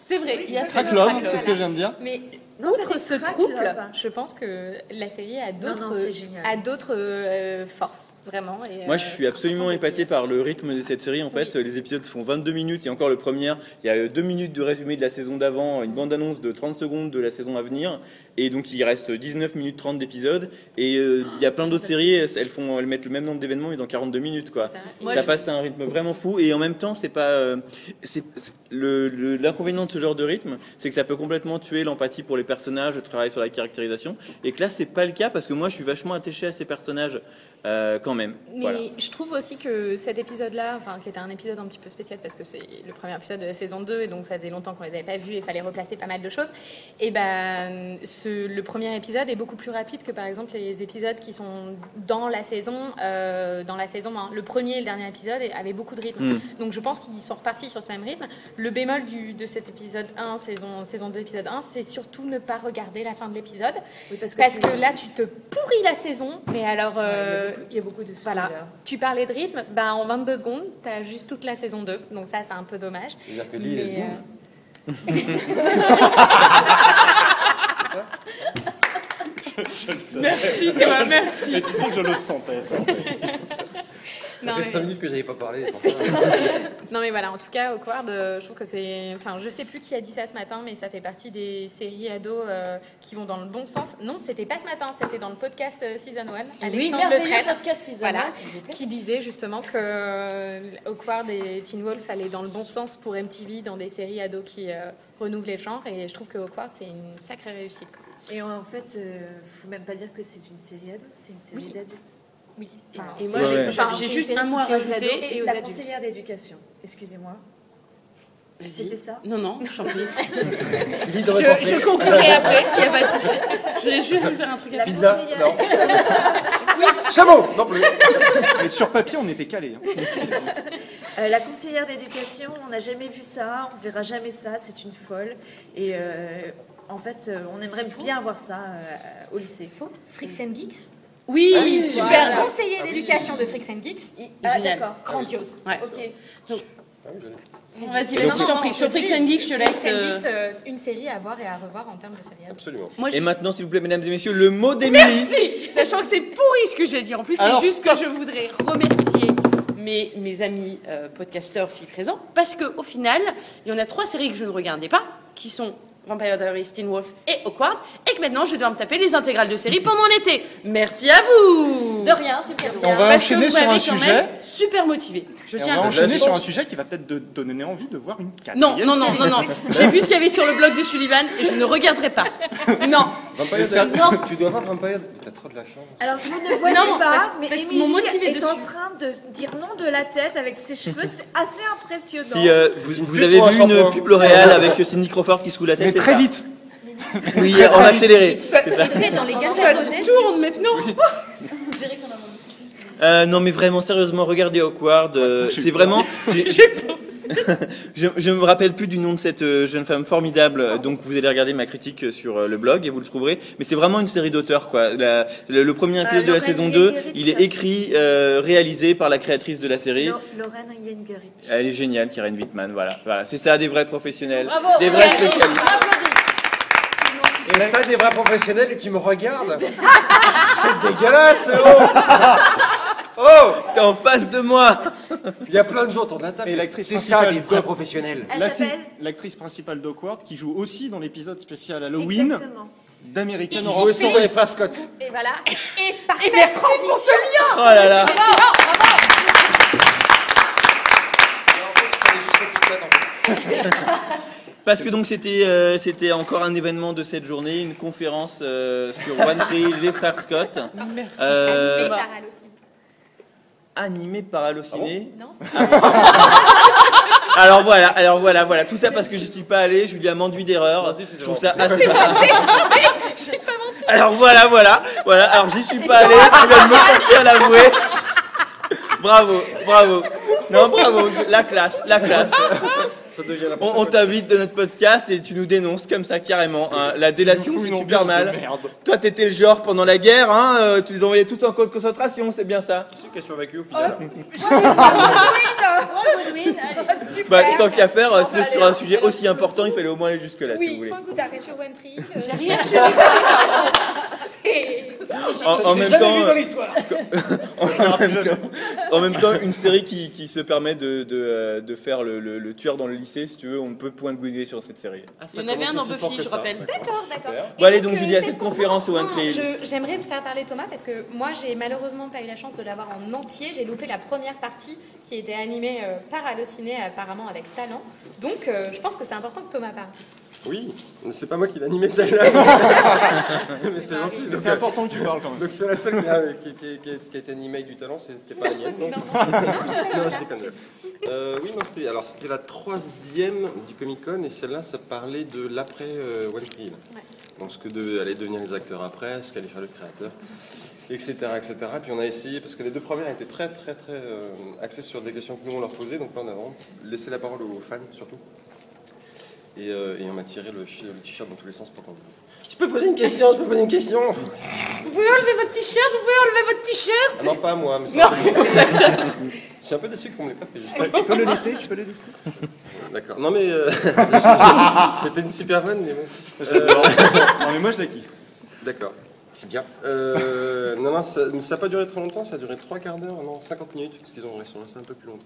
Speaker 3: C'est vrai, il y a
Speaker 2: Cracklove, c'est ce que je viens de dire.
Speaker 9: Mais
Speaker 4: Outre ce trouble,
Speaker 9: là-bas.
Speaker 4: je pense que la série a
Speaker 9: non,
Speaker 4: d'autres
Speaker 9: c'est génial.
Speaker 4: a d'autres euh, forces, vraiment. et,
Speaker 1: Moi,
Speaker 4: euh,
Speaker 1: je suis absolument épaté par le rythme de cette série. En fait, les épisodes font 22 minutes et encore le premier, il y a 2 minutes de résumé de la saison d'avant, une bande-annonce de 30 secondes de la saison à venir. Et donc, il reste 19 minutes 30 d'épisodes. Et euh,
Speaker 3: Ah,
Speaker 1: il y a plein d'autres séries, elles, font, elles mettent le même nombre d'événements, mais dans 42 minutes, quoi.
Speaker 4: ça.
Speaker 3: Moi,
Speaker 1: ça
Speaker 3: je-
Speaker 1: passe à un rythme vraiment fou et en même temps c'est pas euh, c'est c'est- le- le- l'inconvénient de ce genre de rythme c'est que ça peut complètement tuer l'empathie pour les personnages le travail sur la caractérisation et que là c'est pas le cas parce que moi je suis vachement attaché à ces personnages euh, quand même
Speaker 4: Mais
Speaker 1: voilà.
Speaker 4: je trouve aussi que cet épisode-là, enfin, qui était un épisode un petit peu spécial parce que c'est le premier épisode de la saison 2 et donc ça faisait longtemps qu'on les avait pas vus et fallait replacer pas mal de choses. Et ben, ce- le premier épisode est beaucoup plus rapide que par exemple les épisodes qui sont dans la saison, euh, dans la saison. hein. Le premier et le dernier épisode avaient beaucoup de rythme.
Speaker 1: Mm.
Speaker 4: Donc je pense qu'ils sont repartis sur ce même rythme. Le bémol du- de cet épisode 1, saison, saison 2, épisode 1, c'est surtout ne pas regarder la fin de l'épisode
Speaker 9: Oui, parce que,
Speaker 4: parce
Speaker 9: tu-
Speaker 4: que là tu te pourris la saison. Mais alors.
Speaker 9: il y a
Speaker 4: euh,
Speaker 9: beaucoup- il y a beaucoup de spoilers.
Speaker 4: voilà, tu parlais de rythme, bah en 22 secondes, tu as juste toute la saison 2, donc ça c'est un peu dommage.
Speaker 6: C'est-à-dire que l'île, elle
Speaker 4: Mais, euh,
Speaker 6: bouge. [laughs]
Speaker 4: [laughs]
Speaker 2: Je le sais. Merci, merci. Mais tu sais que je le sentais, ça.
Speaker 6: Ça
Speaker 4: non,
Speaker 6: fait
Speaker 4: mais,
Speaker 6: 5 minutes que j'avais pas parlé.
Speaker 4: non, mais voilà, en tout cas, Awkward, euh, je trouve que c'est. Enfin, je sais plus qui a dit ça ce matin, mais ça fait partie des séries ados euh, qui vont dans le bon sens. Non, c'était pas ce matin, c'était dans le podcast euh, Season 1, Alexandre Le Traîne,
Speaker 8: podcast saison
Speaker 4: Voilà.
Speaker 8: un, s'il vous plaît.
Speaker 4: qui disait justement que euh, Awkward et Teen Wolf allaient dans le bon sens pour MTV dans des séries ados qui euh, renouvelaient le genre, et je trouve que Awkward c'est une sacrée réussite. quoi.
Speaker 9: Et en fait, euh, faut même pas dire que c'est une série ado, c'est une série
Speaker 4: Oui.
Speaker 9: d'adultes.
Speaker 4: Oui.
Speaker 3: Et moi,
Speaker 1: Ouais,
Speaker 3: j'ai-
Speaker 1: ouais.
Speaker 3: j'ai j'ai juste un mot à rajouter.
Speaker 4: et aux
Speaker 9: la
Speaker 4: adultes.
Speaker 9: conseillère d'éducation, excusez-moi.
Speaker 3: Vas-y.
Speaker 9: C'était ça
Speaker 3: Non, non, je t'en prie.
Speaker 6: Lis
Speaker 3: Je,
Speaker 6: dans mes pensées.
Speaker 3: je conclurai après, il n'y a pas de souci. Je voulais juste vous faire un truc à
Speaker 9: La
Speaker 6: Pizza
Speaker 9: conseillère-
Speaker 6: Non. Chameau Non plus.
Speaker 2: Mais sur papier, on était calés. hein.
Speaker 9: Euh, la conseillère d'éducation, on n'a jamais vu ça, on verra jamais ça, c'est une folle. Et euh, en fait, euh, on aimerait bien avoir ça euh, au lycée. Faux
Speaker 4: Freaks and Geeks Ah
Speaker 3: Oui,
Speaker 4: Super
Speaker 3: super.
Speaker 4: conseiller d'éducation de Freaks and Geeks,
Speaker 9: Ah,
Speaker 3: Génial.
Speaker 9: d'accord.
Speaker 4: grandiose.
Speaker 3: Ouais.
Speaker 9: Ok.
Speaker 6: Ah oui, j'allais.
Speaker 3: Vas-y, vas-y, je t'en prie. Sur Freak and Geek, je te laisse.
Speaker 4: Freaks and
Speaker 3: euh,
Speaker 4: Geeks, euh, une série à voir et à revoir en termes de série.
Speaker 6: Absolument.
Speaker 3: Moi,
Speaker 1: et
Speaker 3: je...
Speaker 1: maintenant s'il vous plaît mesdames et messieurs le mot d'Émilie
Speaker 3: Si, sachant que c'est pourri ce que j'ai dit. En plus, c'est
Speaker 2: Alors,
Speaker 3: juste que je voudrais remercier mes, mes amis euh, podcasteurs si présents, parce qu'au final, il y en a trois séries que je ne regardais pas, qui sont Vampire Diaries, Teen Wolf et Awkward, et que maintenant, je dois me taper les intégrales de séries pendant l'été. Merci à vous
Speaker 8: De rien, c'est bien.
Speaker 2: On va
Speaker 3: Parce que
Speaker 2: enchaîner
Speaker 3: vous
Speaker 2: sur
Speaker 3: m'avez
Speaker 2: un
Speaker 3: quand
Speaker 2: sujet.
Speaker 3: même super motivé. Je
Speaker 2: Et
Speaker 3: tiens
Speaker 2: on va
Speaker 3: à
Speaker 2: enchaîner sur un sujet qui va peut-être de- donner envie de voir une
Speaker 3: Non,
Speaker 2: quatrième
Speaker 3: non, non, non, non. J'ai vu ce qu'il y avait sur le blog de Sullivan et je ne regarderai pas. Non.
Speaker 6: Vampire
Speaker 2: Mais ça-
Speaker 6: Diaries. Tu dois voir Vampire. T'as trop de la chance.
Speaker 9: Alors, vous ne voyez
Speaker 3: Non,
Speaker 9: pas,
Speaker 3: parce-
Speaker 9: mais
Speaker 3: parce qu'ils
Speaker 9: Émilie
Speaker 3: m'ont motivée
Speaker 9: est en
Speaker 3: dessus.
Speaker 9: train de dire non de la tête avec ses cheveux, c'est assez impressionnant.
Speaker 1: si euh, vous, vous
Speaker 6: pub
Speaker 1: avez
Speaker 6: pour un
Speaker 1: vu une
Speaker 6: shampoing.
Speaker 1: pub L'Oréal avec Cindy Crawford qui se coule la tête
Speaker 2: Mais
Speaker 1: c'est
Speaker 2: très
Speaker 1: ça
Speaker 2: vite.
Speaker 1: [laughs] oui en accéléré
Speaker 4: C'est dans les
Speaker 3: Ça
Speaker 4: gardes posées.
Speaker 3: tourne maintenant. Oh,
Speaker 1: Euh, non, mais vraiment, sérieusement, regardez Awkward. euh,
Speaker 2: Ouais, je suis
Speaker 1: c'est
Speaker 2: con.
Speaker 1: vraiment.
Speaker 2: [laughs]
Speaker 1: j'ai- j'ai- [laughs] je, je me rappelle plus du nom de cette euh, jeune femme formidable. euh, Donc, vous allez regarder ma critique euh, sur euh, le blog et vous le trouverez. Mais c'est vraiment une série d'auteurs, quoi. La- le, le premier épisode de la
Speaker 9: Lauren
Speaker 1: saison
Speaker 9: Hill
Speaker 1: 2,
Speaker 9: Gerrit.
Speaker 1: il est écrit, euh, réalisé par la créatrice de la série.
Speaker 9: Lo- Lorraine Yengerit.
Speaker 1: Elle est géniale, Karen Whitman. Voilà, voilà. C'est ça, des vrais professionnels,
Speaker 8: Bravo,
Speaker 1: des vrais
Speaker 8: bravo.
Speaker 1: spécialistes.
Speaker 6: Et ça, des vrais professionnels qui me regardent. C'est dégueulasse, oh Oh
Speaker 1: T'es [laughs] en face de moi.
Speaker 6: Il y a plein de gens autour de la table.
Speaker 2: Mais l'actrice
Speaker 6: C'est ça,
Speaker 2: principale
Speaker 6: des vrais
Speaker 2: de-
Speaker 6: professionnels.
Speaker 9: Elle
Speaker 2: La-
Speaker 9: s'appelle
Speaker 2: L'actrice principale d'Awkward qui joue aussi dans l'épisode spécial Halloween
Speaker 9: Exactement.
Speaker 2: d'American
Speaker 6: Ils
Speaker 2: Horror
Speaker 6: jouent aussi dans les frères Scott.
Speaker 4: Et voilà. Et c'est parfait. Et merci pour
Speaker 1: Oh là là. Parce que donc c'était euh, c'était encore un événement de cette journée, une conférence euh, sur One Tree, les frères Scott,
Speaker 3: Merci.
Speaker 1: euh,
Speaker 3: Thomas.
Speaker 4: aussi.
Speaker 1: animée par
Speaker 2: Ah
Speaker 1: Allociné.
Speaker 4: Non,
Speaker 1: [laughs] Alors voilà, alors voilà, voilà, tout ça parce que je suis pas allé, je lui ai m'enduit d'erreur. Je trouve ça assez. Alors voilà, voilà, voilà. Alors j'y suis pas allé, tu viens de me forcer à l'avouer. Bravo, bravo. Non, bravo, je- la classe, la classe.
Speaker 6: Ça devient la
Speaker 1: On, on t'invite de notre podcast et tu nous dénonces comme ça carrément. hein. La délation,
Speaker 2: fous
Speaker 1: c'est
Speaker 2: une
Speaker 1: super
Speaker 2: ambiance de
Speaker 1: mal.
Speaker 2: merde.
Speaker 1: Toi, t'étais le genre pendant la guerre, hein, euh, tu les envoyais tous en camp de concentration, c'est bien ça.
Speaker 6: Qui c'est qui a survécu au final
Speaker 9: Godwin, allez.
Speaker 3: Ah,
Speaker 1: Bah, tant qu'à faire, euh,
Speaker 4: va aller
Speaker 1: sur un
Speaker 4: là.
Speaker 1: sujet aussi important, il fallait au moins aller jusque-là, si vous voulez.
Speaker 5: coup d'arrêt sur Wentry.
Speaker 4: J'ai rien tué.
Speaker 1: En, en même temps, euh, [laughs] en, même
Speaker 2: jamais.
Speaker 1: temps, [laughs] en même temps, une série qui, qui se permet de, de, euh, de faire le, le- le tueur dans le lycée, si tu veux, on peut point de gouiner sur cette série.
Speaker 4: Ah,
Speaker 3: Il y en avait un dans Buffy, je rappelle. euh,
Speaker 4: D'accord, d'accord.
Speaker 1: Bon, allez, donc, Julie,
Speaker 4: Julia,
Speaker 1: à cette conférence au One Tree Hill.
Speaker 4: J'aimerais faire parler Thomas parce que moi, j'ai malheureusement pas eu la chance de l'avoir en entier. J'ai loupé la première partie qui était animée euh, par Allociné, apparemment avec talent. Donc, euh, je pense que c'est important que Thomas parle.
Speaker 6: Oui, mais c'est pas moi qui l'ai animé [laughs] celle-là. mais c'est gentil.
Speaker 2: Mais
Speaker 6: donc,
Speaker 2: C'est important que tu parles quand même.
Speaker 6: Donc c'est la seule qui a, qui, qui- qui- qui a été animée avec du talent, c'était pas la mienne. Non, [laughs] non, je déconne. Euh, oui, non, c'était alors c'était la troisième du Comic Con et celle-là, ça parlait de l'après euh, One Tree Hill.
Speaker 4: Ouais.
Speaker 6: Donc ce que de- allaient devenir les acteurs après, ce qu'allait faire le créateur, etc., etc. Puis on a essayé parce que les deux premières étaient très, très, très euh, axées sur des questions que nous on leur posait. Donc là, on a vraiment laissé la parole aux fans surtout. Et, euh, et on a tiré le, chi- le t-shirt dans tous les sens pour qu'on. Je peux poser une question, je peux poser une question
Speaker 9: Vous pouvez enlever votre t-shirt, vous pouvez enlever votre t-shirt.
Speaker 6: ah Non, pas à moi, mais c'est un peu- [laughs] Je suis un peu déçu qu'on ne l'ait pas fait. juste.
Speaker 2: Ouais, tu peux le laisser, tu peux le laisser.
Speaker 6: D'accord. Non, mais euh, [laughs] c'était une super vanne, mais bon. Euh,
Speaker 2: Je l'adore. Non mais moi je la kiffe.
Speaker 6: D'accord. C'est bien. Euh, non, non, ça n'a pas duré très longtemps, ça a duré trois quarts d'heure, non, 50 minutes, parce qu'ils ont ils sont restés un peu plus longtemps.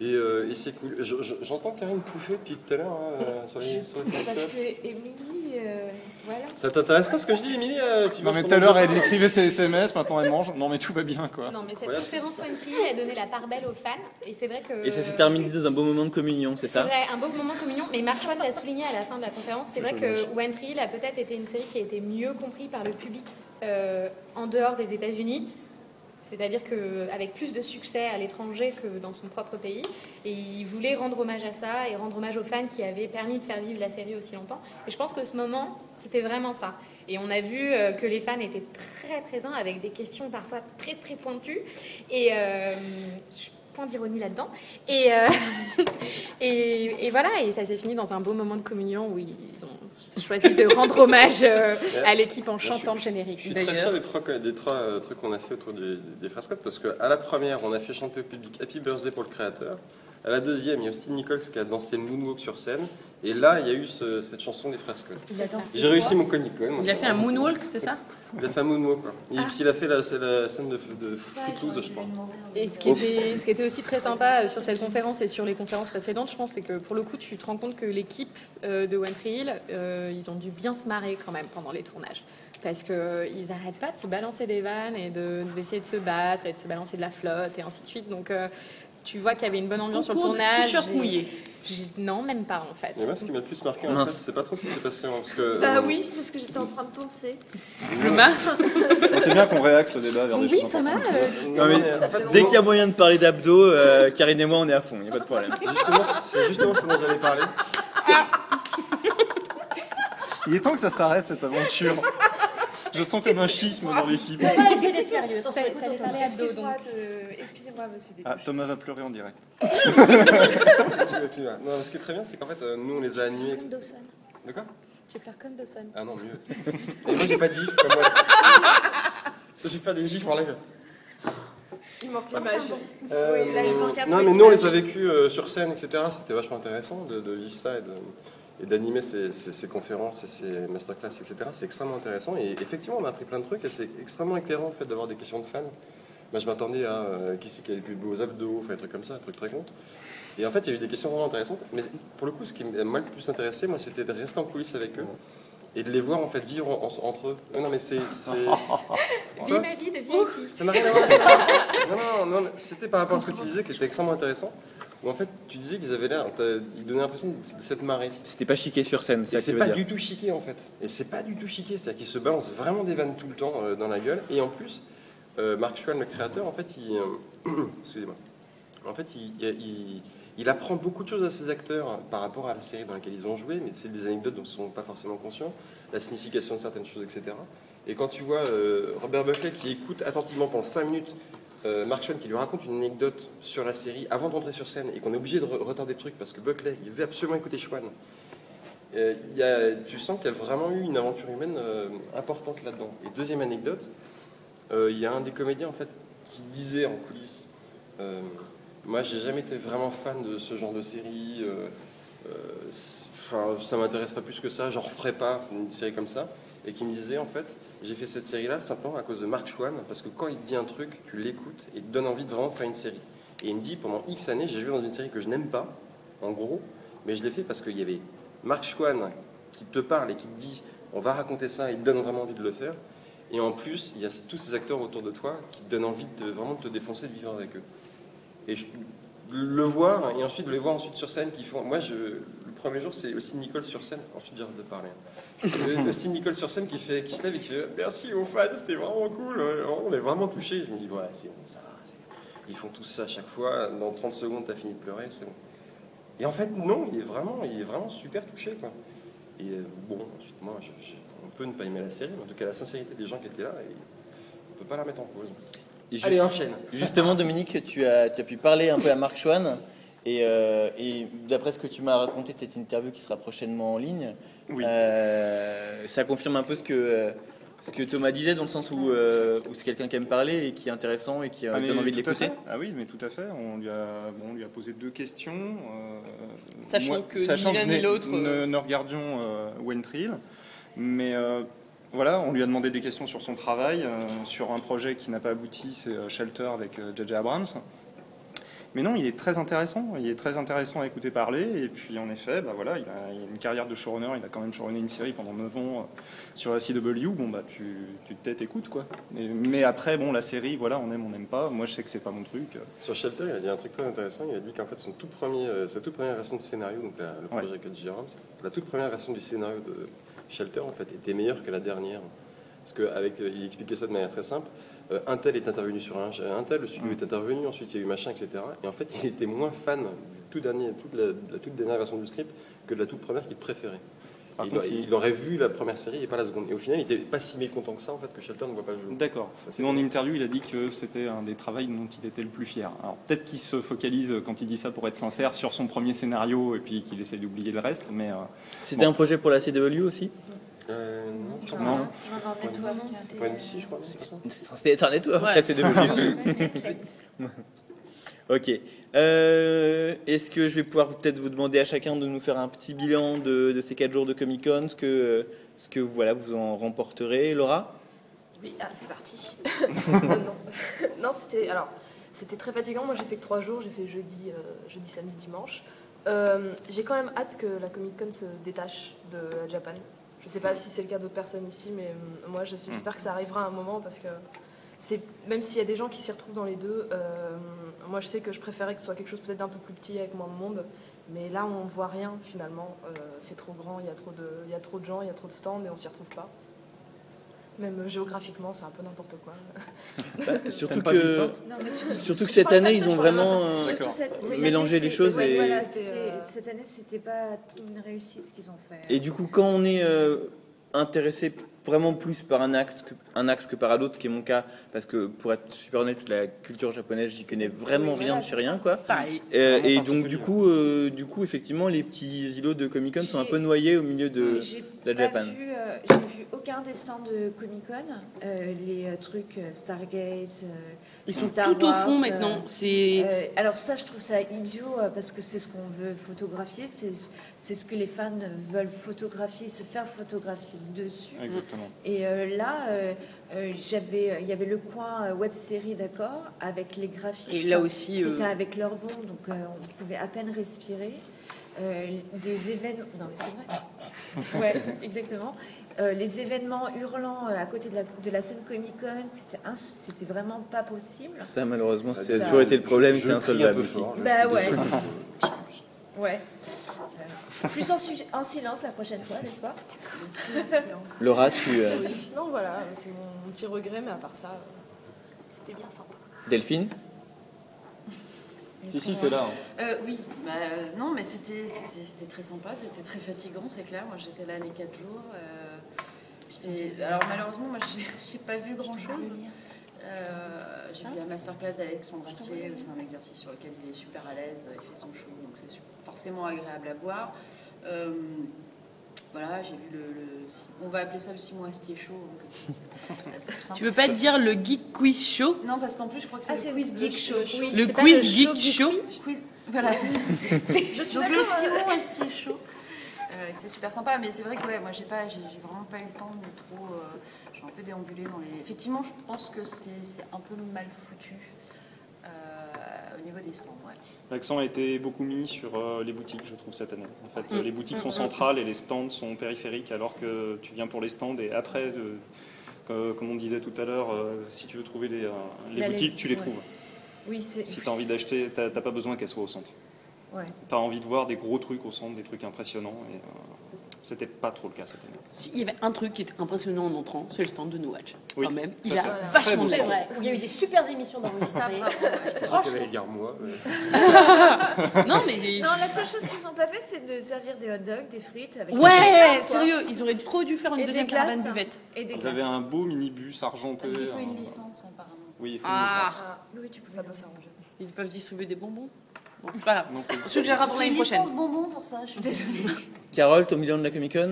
Speaker 6: Et, euh, et c'est cool. Je- je- J'entends Karine pouffer depuis tout à l'heure hein, euh, sur les, sur les
Speaker 9: Parce
Speaker 6: Facebook.
Speaker 9: que Émilie, euh, voilà.
Speaker 6: Ça t'intéresse pas ce que je dis, Émilie euh, tu
Speaker 2: Non mais
Speaker 6: manges
Speaker 2: tout
Speaker 6: pendant
Speaker 2: à l'heure
Speaker 6: deux
Speaker 2: elle
Speaker 6: heures
Speaker 2: écrivait ses SMS, maintenant elle mange. Non mais tout va bien quoi.
Speaker 4: Non, mais cette
Speaker 6: Incroyable,
Speaker 4: conférence One Tree a donné la part belle aux fans. Et c'est vrai que.
Speaker 1: Et ça s'est terminé dans un beau moment de communion, c'est
Speaker 4: C'est
Speaker 1: ça
Speaker 4: vrai, un beau moment communion, mais Marc-Antoine l'a souligné à la fin de la conférence, c'est vrai que One Tree Hill a peut-être été une série qui a été mieux comprise par le public euh, en dehors des États-Unis, c'est-à-dire qu'avec plus de succès à l'étranger que dans son propre pays, et il voulait rendre hommage à ça et rendre hommage aux fans qui avaient permis de faire vivre la série aussi longtemps. Et je pense que ce moment, c'était vraiment ça. Et on a vu euh, que les fans étaient très présents avec des questions parfois très très pointues. Et euh, point d'ironie là-dedans. Et, euh, [laughs] et, et voilà, et ça s'est fini dans un beau moment de communion où ils ont choisi de rendre hommage euh, à l'équipe en chantant le générique.
Speaker 6: Je suis très fier des trois, des trois, euh, trucs qu'on a fait autour des, des frères Scott parce qu'à la première, on a fait chanter au public Happy Birthday pour le créateur. À la deuxième, il y a Austin Nichols qui a dansé le moonwalk sur scène. Et là, il y a eu ce- cette chanson des frères Scott. J'ai réussi mon Comic Con. moi,
Speaker 3: Il a
Speaker 6: ça
Speaker 3: fait
Speaker 6: va,
Speaker 3: un
Speaker 6: c'est
Speaker 3: moonwalk, c'est ça
Speaker 6: bon. Il a fait un moonwalk. Quoi. Et
Speaker 4: Ah.
Speaker 6: puis il a fait la, c'est la scène de, de Footloose, je crois.
Speaker 4: Et ce qui, était, ce qui était aussi très sympa euh, sur cette conférence et sur les conférences précédentes, je pense, c'est que pour le coup, tu te rends compte que l'équipe euh, de One Tree Hill, euh, ils ont dû bien se marrer quand même pendant les tournages. Parce qu'ils n'arrêtent pas de se balancer des vannes et de- d'essayer de, se battre et de se balancer de la flotte et ainsi de suite. Donc euh, tu vois qu'il y avait une bonne ambiance sur le
Speaker 3: Concours de
Speaker 4: tournage.
Speaker 3: t-shirts
Speaker 4: et-
Speaker 3: mouillés.
Speaker 4: j'ai- Non, même pas en fait.
Speaker 6: Et moi, ce qui m'a le plus marqué, en fait,
Speaker 1: Mince.
Speaker 6: c'est pas trop ce qui s'est passé. hein, parce que,
Speaker 9: Bah
Speaker 6: euh,
Speaker 9: oui,
Speaker 3: [laughs]
Speaker 9: c'est ce que j'étais en train de penser.
Speaker 3: Le masque
Speaker 2: Mais C'est bien qu'on réaxe le débat vers des
Speaker 4: Oui,
Speaker 2: choses
Speaker 4: Thomas,
Speaker 2: importantes.
Speaker 4: euh,
Speaker 6: non, mais, en fait,
Speaker 1: Dès qu'il y a moyen de parler d'abdos, euh, Karine et moi, on est à fond, il n'y a pas de
Speaker 3: [laughs]
Speaker 1: problème.
Speaker 6: c'est justement, c'est justement ce dont j'allais parler.
Speaker 2: Il est temps que ça s'arrête cette aventure. Je sens comme un schisme dans
Speaker 4: [laughs]
Speaker 2: l'équipe.
Speaker 9: [laughs]
Speaker 8: Ah, essayez d'être sérieux. Attention,
Speaker 4: T'avais-
Speaker 8: écoute,
Speaker 4: t'avais
Speaker 8: Antoine.
Speaker 4: parlé à dos, donc.
Speaker 9: Excuse-moi, de... Excusez-moi monsieur
Speaker 2: Ah,
Speaker 9: Détouche.
Speaker 2: Thomas va pleurer en direct.
Speaker 6: Excuse-moi. Non, ce qui est très bien, c'est qu'en fait, euh, nous, on les a animés.
Speaker 4: Comme Dawson.
Speaker 6: De quoi
Speaker 4: Tu pleures comme Dawson.
Speaker 6: Ah non, mieux. Et moi, j'ai pas de gif comme moi. Je vais faire des gifs en live.
Speaker 9: Il manque l'image.
Speaker 6: Euh,
Speaker 9: Oui, là, il manque un
Speaker 6: non,
Speaker 9: peu
Speaker 6: mais nous, on les a
Speaker 9: d'image.
Speaker 6: vécus euh, sur scène, etc. C'était vachement intéressant de, de vivre ça et de- et d'animer ces, ces- ces conférences et ces masterclass, etc. C'est extrêmement intéressant. Et effectivement, on a appris plein de trucs et c'est extrêmement éclairant en fait, d'avoir des questions de fans. Moi, je m'attendais à euh, qui c'est qui a les plus beaux abdos, enfin, des trucs comme ça, des trucs très cons. Et en fait, il y a eu des questions vraiment intéressantes. Mais pour le coup, ce qui m'a le plus intéressé, moi, c'était de rester en coulisses avec eux et de les voir en fait vivre en- en- entre eux. Non, non, mais c'est. c'est-
Speaker 4: Vis ma vie de VIP.
Speaker 6: ça n'a rien à
Speaker 4: [laughs]
Speaker 9: [laughs]
Speaker 6: voir. non, non, non, c'était par rapport à ce que tu disais qui était extrêmement intéressant. Où en fait, tu disais qu'ils avaient l'air, t'as- ils donnaient l'impression de s'être marrés.
Speaker 1: C'était pas chiqué sur scène,
Speaker 6: Et
Speaker 1: c'est ça que
Speaker 6: c'est
Speaker 1: tu veux
Speaker 6: pas
Speaker 1: dire.
Speaker 6: du tout chiqué en fait. Et c'est pas du tout chiqué, c'est-à-dire qu'ils se balancent vraiment des vannes tout le temps euh, dans la gueule. Et en plus, euh, Mark Schwann, le créateur, en fait, il, euh, [clears throat] excusez-moi, en fait, il, il- il apprend beaucoup de choses à ses acteurs hein, par rapport à la série dans laquelle ils ont joué, mais c'est des anecdotes dont ils ne sont pas forcément conscients, la signification de certaines choses, etc. Et quand tu vois euh, Robert Buckley qui écoute attentivement pendant 5 minutes euh, Mark Shone qui lui raconte une anecdote sur la série avant d'entrer sur scène et qu'on est obligé de re- retarder le truc parce que Buckley, il veut absolument écouter Schwann. Euh, il y a- tu sens qu'il y a vraiment eu une aventure humaine euh, importante là-dedans. Et deuxième anecdote, euh, il y a un des comédiens en fait qui disait en coulisses euh, Moi, j'ai jamais été vraiment fan de ce genre de série. euh, euh, c'est- Enfin, ça m'intéresse pas plus que ça. J'en referai pas une série comme ça. Et qui me disait en fait J'ai fait cette série-là simplement à cause de Mark Schwann parce que quand il te dit un truc, tu l'écoutes et il te donne envie de vraiment faire une série. Et il me dit Pendant X années, j'ai joué dans une série que je n'aime pas, en gros, mais je l'ai fait parce qu'il y avait Mark Schwann qui te parle et qui te dit on va raconter ça, il te donne vraiment envie de le faire. Et en plus, il y a tous ces acteurs autour de toi qui te donnent envie de vraiment te défoncer, de vivre avec eux. Et je- le voir, et ensuite de les voir ensuite sur scène, qui font. Moi, je, le premier jour, c'est Austin Nicole sur scène. Ensuite, j'arrête de parler. Le- Austin Nicole sur scène qui, fait, qui se lève et qui fait Merci aux fans, c'était vraiment cool, euh, on est vraiment touchés. Je me dis Ouais, c'est bon, ça va. c'est- Ils font tout ça à chaque fois. Dans 30 secondes, t'as fini de pleurer, c'est bon. Et en fait, non, il est vraiment, il est vraiment super touché. Quoi. Et euh, bon, ensuite, moi, je- je- on peut ne pas aimer la série, mais en tout cas, la sincérité des gens qui étaient là, et on ne peut pas la mettre en cause.
Speaker 1: Et ju-
Speaker 6: Allez, enchaîne.
Speaker 1: Justement, Dominique, tu as, tu as pu parler un peu à Mark Schwann. Et, euh, et d'après ce que tu m'as raconté de cette interview qui sera prochainement en ligne, euh, ça confirme un peu ce que, euh, ce que Thomas disait, dans le sens où, euh, où c'est quelqu'un qui aime parler et qui est intéressant et qui a
Speaker 2: Ah, mais
Speaker 1: donne envie de
Speaker 2: tout à
Speaker 1: l'écouter.
Speaker 2: fait. Ah oui, mais tout à fait. On lui a, bon, on lui a posé deux questions. euh,
Speaker 3: Sachant que ni
Speaker 2: sachant
Speaker 3: l'un
Speaker 2: que
Speaker 3: ni
Speaker 2: ne-
Speaker 3: l'autre,
Speaker 2: Ne,
Speaker 3: euh,
Speaker 2: ne regardions euh, Wentrill. Mais euh, voilà, on lui a demandé des questions sur son travail, euh, sur un projet qui n'a pas abouti, c'est euh, Shelter avec euh, J.J. Abrams. Mais non, il est très intéressant. Il est très intéressant à écouter parler. Et puis, en effet, bah voilà, il a, il a une carrière de showrunner. Il a quand même showrunné une série pendant 9 ans euh, sur la CW. Bon, bah, tu, tu te têtes, écoutes, quoi. Et- mais après, bon, la série, voilà, on aime, on n'aime pas. Moi, je sais que c'est pas mon truc.
Speaker 6: Sur Shelter, il a dit un truc très intéressant. Il a dit qu'en fait, son tout premier, euh, sa toute première version de scénario, donc la- le projet que Jérôme, la toute première version du scénario de Shelter, en fait, était meilleure que la dernière. Parce que avec, euh, il expliquait ça de manière très simple. Euh, un tel est intervenu sur un, un tel, le
Speaker 2: Mm.
Speaker 6: studio est intervenu, ensuite il y a eu machin, etc. Et en fait, il était moins fan du tout dernier, toute la, de la toute dernière version du script que de la toute première qu'il préférait.
Speaker 2: Par
Speaker 6: il,
Speaker 2: contre,
Speaker 6: a-
Speaker 2: il-
Speaker 6: il aurait vu la première série et pas la seconde. Et au final, il n'était pas si mécontent que ça, en fait, que Shelter ne voit pas le jeu.
Speaker 2: D'accord. Sinon, en interview, il a dit que c'était un des travails dont il était le plus fier. Alors, peut-être qu'il se focalise, quand il dit ça, pour être sincère, sur son premier scénario et puis qu'il essaie d'oublier le reste. Mais euh,
Speaker 1: C'était
Speaker 2: bon.
Speaker 1: un projet pour la CW aussi
Speaker 6: Euh, non, je crois
Speaker 2: Non.
Speaker 6: que c'est pas NBC, je crois.
Speaker 1: C'est censé être un network,
Speaker 3: Ouais.
Speaker 1: la CW.
Speaker 3: [laughs]
Speaker 1: [laughs] ok. Euh, Est-ce que je vais pouvoir peut-être vous demander à chacun de nous faire un petit bilan de, de ces 4 jours de Comic-Con, ce que, euh, ce que voilà, vous en remporterez, Laura
Speaker 7: Oui, ah, c'est parti. non, non c'était alors c'était très fatigant. Moi, j'ai fait que trois jours. J'ai fait jeudi, euh, jeudi, samedi, dimanche. Euh, j'ai quand même hâte que la Comic Con se détache de la Japan. Je sais pas si c'est le cas d'autres personnes ici, mais euh, moi, je- j'espère que ça arrivera à un moment parce que c'est même s'il y a des gens qui s'y retrouvent dans les deux, euh, moi, je sais que je préférais que ce soit quelque chose peut-être d'un peu plus petit avec moins de monde. Mais là, on ne voit rien finalement. Euh, c'est trop grand. Il y a trop de, il y a trop de gens, il y a trop de stands et on s'y retrouve pas. Même euh, géographiquement, c'est un peu n'importe
Speaker 1: [laughs]
Speaker 7: quoi.
Speaker 1: Bah, Surtout
Speaker 2: pas
Speaker 1: que,
Speaker 9: Non, mais surtout-
Speaker 1: surtout que
Speaker 9: je
Speaker 1: cette
Speaker 9: parle pas
Speaker 1: année,
Speaker 9: de ça,
Speaker 1: ils ont
Speaker 9: je parle
Speaker 1: vraiment... euh,
Speaker 9: Surtout
Speaker 2: D'accord.
Speaker 9: cette- cette
Speaker 1: Mélanger
Speaker 9: année,
Speaker 1: les
Speaker 9: c'est-
Speaker 1: choses
Speaker 9: ouais,
Speaker 1: et-
Speaker 9: voilà,
Speaker 7: C'est,
Speaker 9: c'était-
Speaker 7: euh,
Speaker 9: cette année, c'était pas une réussite ce qu'ils ont fait.
Speaker 1: Et du coup, quand on est euh, intéressé vraiment plus par un axe, que, un axe que par un autre, qui est mon cas, parce que pour être super honnête, la culture japonaise, j'y connais vraiment
Speaker 3: Oui,
Speaker 1: rien
Speaker 3: voilà,
Speaker 1: de chez
Speaker 3: c'est
Speaker 1: rien, quoi.
Speaker 3: Pareil.
Speaker 1: Euh,
Speaker 2: vraiment
Speaker 1: et
Speaker 2: parti
Speaker 1: donc du
Speaker 2: fou du
Speaker 6: hein.
Speaker 1: coup, euh, du coup, effectivement, les petits îlots de Comic Con sont un
Speaker 9: J'ai-
Speaker 1: peu noyés au milieu de.
Speaker 9: J'ai
Speaker 1: la
Speaker 9: pas
Speaker 1: Japan.
Speaker 9: vu, euh, j'ai vu aucun des stands de Comic Con, les euh, trucs euh, Stargate. euh,
Speaker 3: Ils sont
Speaker 9: Star
Speaker 3: tout au fond
Speaker 9: Wars,
Speaker 3: maintenant.
Speaker 9: euh,
Speaker 3: C'est
Speaker 9: euh, alors ça, je trouve ça idiot euh, parce que c'est ce qu'on veut photographier, c'est c'est ce que les fans veulent photographier, se faire photographier dessus.
Speaker 2: Exactement.
Speaker 9: Et euh, là, euh, euh, j'avais, il y avait le coin euh, web série d'accord avec les graphistes.
Speaker 3: Et là aussi,
Speaker 9: qui
Speaker 3: euh,
Speaker 9: étaient avec leur bon, donc euh, on pouvait à peine respirer. Euh, des événements, non mais
Speaker 1: [laughs]
Speaker 9: c'est vrai. Ouais, exactement. Euh, les événements hurlants euh, à côté de la, de la scène Comic Con, c'était, ins- c'était vraiment pas possible.
Speaker 1: Ça, malheureusement, c'est
Speaker 9: Ça-
Speaker 1: toujours été le problème,
Speaker 6: Je-
Speaker 1: c'est
Speaker 6: je crie un
Speaker 1: insolvable
Speaker 6: peu
Speaker 1: aussi.
Speaker 6: fort, je
Speaker 9: Bah
Speaker 6: suis
Speaker 9: ouais.
Speaker 6: désolé.
Speaker 9: Ouais. Euh, plus en, su- en silence la prochaine fois, n'est-ce pas
Speaker 1: Laura, tu. euh,
Speaker 7: Non, voilà, c'est mon petit regret, mais à part ça, euh, c'était bien sympa.
Speaker 1: [laughs] Delphine
Speaker 2: Si, si, t'es là. hein.
Speaker 10: Euh, oui, bah, euh, non, mais c'était c'était- c'était très sympa, c'était très fatigant, c'est clair. Moi, j'étais là les [laughs] 4 jours. euh, et- alors, malheureusement, moi, j'ai- j'ai pas vu grand chose. Euh, j'ai vu la masterclass d'Alexandre Astier, c'est un exercice sur lequel il est super à l'aise, euh, il fait son show, donc c'est su- forcément agréable à voir. Euh, voilà, j'ai vu le, le- On va appeler ça le Simon Astier Show. hein, comme ça, [laughs] c'est plus simple.
Speaker 3: Tu veux pas dire le Geek Quiz Show
Speaker 10: Non, parce qu'en plus, je crois que c'est
Speaker 3: Ah,
Speaker 10: le
Speaker 3: c'est
Speaker 10: quiz
Speaker 3: le
Speaker 10: geek
Speaker 3: ch-
Speaker 10: show.
Speaker 3: le show. Le C'est pas quiz le show geek geek show.
Speaker 10: Quiz-
Speaker 11: [laughs]
Speaker 10: Voilà. [laughs] C'est-
Speaker 9: Je suis
Speaker 10: Donc le
Speaker 11: euh,
Speaker 9: d'accord,
Speaker 10: Simon
Speaker 9: hein.
Speaker 10: Astier Show. Euh, c'est super sympa, mais c'est vrai que ouais, moi j'ai pas, j'ai j'ai vraiment pas eu le temps de trop. euh, j'ai un peu déambulé dans les. Effectivement, je pense que c'est c'est un peu mal foutu euh, au niveau des stands.
Speaker 11: [laughs]
Speaker 10: ouais.
Speaker 2: L'accent a été beaucoup mis sur euh, les boutiques, je trouve, cette année. En fait, euh,
Speaker 10: Mm.
Speaker 2: les boutiques
Speaker 10: Mm,
Speaker 2: sont
Speaker 10: mm,
Speaker 2: centrales et les stands sont périphériques, alors que tu viens pour les stands et après, de- euh, comme on disait tout à l'heure, euh, si tu veux trouver les, euh, les
Speaker 10: Bah,
Speaker 9: La
Speaker 2: boutiques,
Speaker 9: lég-
Speaker 2: tu les
Speaker 9: ouais.
Speaker 2: trouves.
Speaker 9: Oui, c'est.
Speaker 2: Si tu as
Speaker 9: [laughs]
Speaker 2: envie d'acheter, t'as t'as pas besoin qu'elles soient au centre.
Speaker 9: Ouais.
Speaker 2: Tu as envie de voir des gros trucs au centre, des trucs impressionnants, et euh, c'était pas trop le cas cette année.
Speaker 3: Il y avait un truc qui était impressionnant en entrant, c'est le stand de No Watch.
Speaker 2: Oui.
Speaker 3: Quand même,
Speaker 2: Tout
Speaker 3: il
Speaker 2: à
Speaker 3: a
Speaker 2: fait. Voilà. Très
Speaker 3: vachement
Speaker 2: beau
Speaker 3: de
Speaker 2: stand.
Speaker 3: talent.
Speaker 8: Ouais, il y a eu des super émissions d'enregistrement.
Speaker 6: pensais qu'il y avait euh, les garmois.
Speaker 3: [laughs] non, mais j'ai-
Speaker 9: Non, la seule chose qu'ils n'ont pas faite, c'est de servir des hot dogs, des frites. Avec
Speaker 3: Ouais, sérieux, ils auraient trop dû faire une
Speaker 9: Et des
Speaker 3: deuxième
Speaker 9: glaces,
Speaker 3: caravane
Speaker 9: hein.
Speaker 3: buvette.
Speaker 9: Et des
Speaker 2: Vous avez un beau minibus argenté.
Speaker 10: Parce qu'il faut
Speaker 2: un-
Speaker 10: une licence apparemment.
Speaker 2: Oui, il faut
Speaker 3: Ah.
Speaker 9: Oui, tu peux ça peut s'arranger.
Speaker 3: Ils peuvent distribuer des bonbons. Bon, c'est pas grave.
Speaker 2: Non,
Speaker 3: On suggérera pour
Speaker 8: J'ai
Speaker 3: l'année
Speaker 8: une
Speaker 3: prochaine.
Speaker 8: licence bonbon pour ça, je suis désolée.
Speaker 3: [laughs]
Speaker 1: Carole, ton million de la Comic Con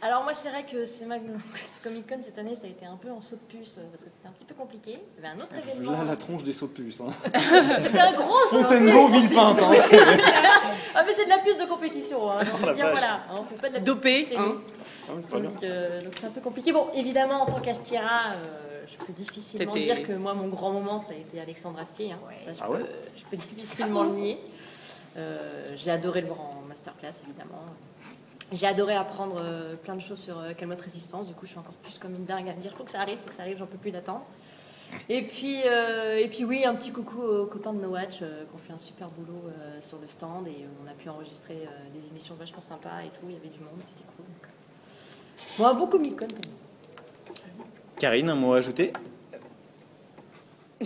Speaker 8: Alors moi c'est vrai que c'est ma... [laughs] Comic Con cette année ça a été un peu en saut de puce euh, parce que c'était un petit peu compliqué. Il y avait un autre
Speaker 2: une
Speaker 8: événement.
Speaker 2: licence. Ah, Là, la tronche des sauts de puce. hein.
Speaker 8: [laughs] C'était un gros saut de
Speaker 2: Fontainebleau,
Speaker 8: puce.
Speaker 2: Villepinte,
Speaker 8: [laughs]
Speaker 2: hein.
Speaker 8: ah mais c'est de la puce de compétition. Hein. Donc,
Speaker 2: Oh, la
Speaker 8: bien,
Speaker 2: vache.
Speaker 8: voilà, hein, on fait pas de la
Speaker 3: Dopé,
Speaker 8: puce chez
Speaker 3: hein.
Speaker 8: nous.
Speaker 2: Ah oui, c'est très bien.
Speaker 8: Donc euh, donc c'est un peu compliqué. Bon évidemment en tant qu'Astiera euh, je peux difficilement
Speaker 3: C'était-
Speaker 8: dire que moi mon grand moment ça a été Alexandre Astier. hein. Ça, je,
Speaker 6: Ah
Speaker 8: peux,
Speaker 6: ouais
Speaker 8: je peux difficilement le nier. Euh, J'ai adoré le voir en masterclass évidemment. J'ai adoré apprendre euh, plein de choses sur euh, Calmote Résistance. Du coup, je suis encore plus comme une dingue à me dire faut que ça arrive, faut que ça arrive, j'en peux plus d'attendre. Et puis, euh, et puis oui, un petit coucou aux copains de No Watch euh, qui ont fait un super boulot euh, sur le stand et on a pu enregistrer euh, des émissions vachement sympas et tout. Il y avait du monde, c'était cool. donc, euh. Bon, un beau comic con.
Speaker 1: Karine, un mot à
Speaker 9: [laughs]
Speaker 1: ajouter
Speaker 3: euh,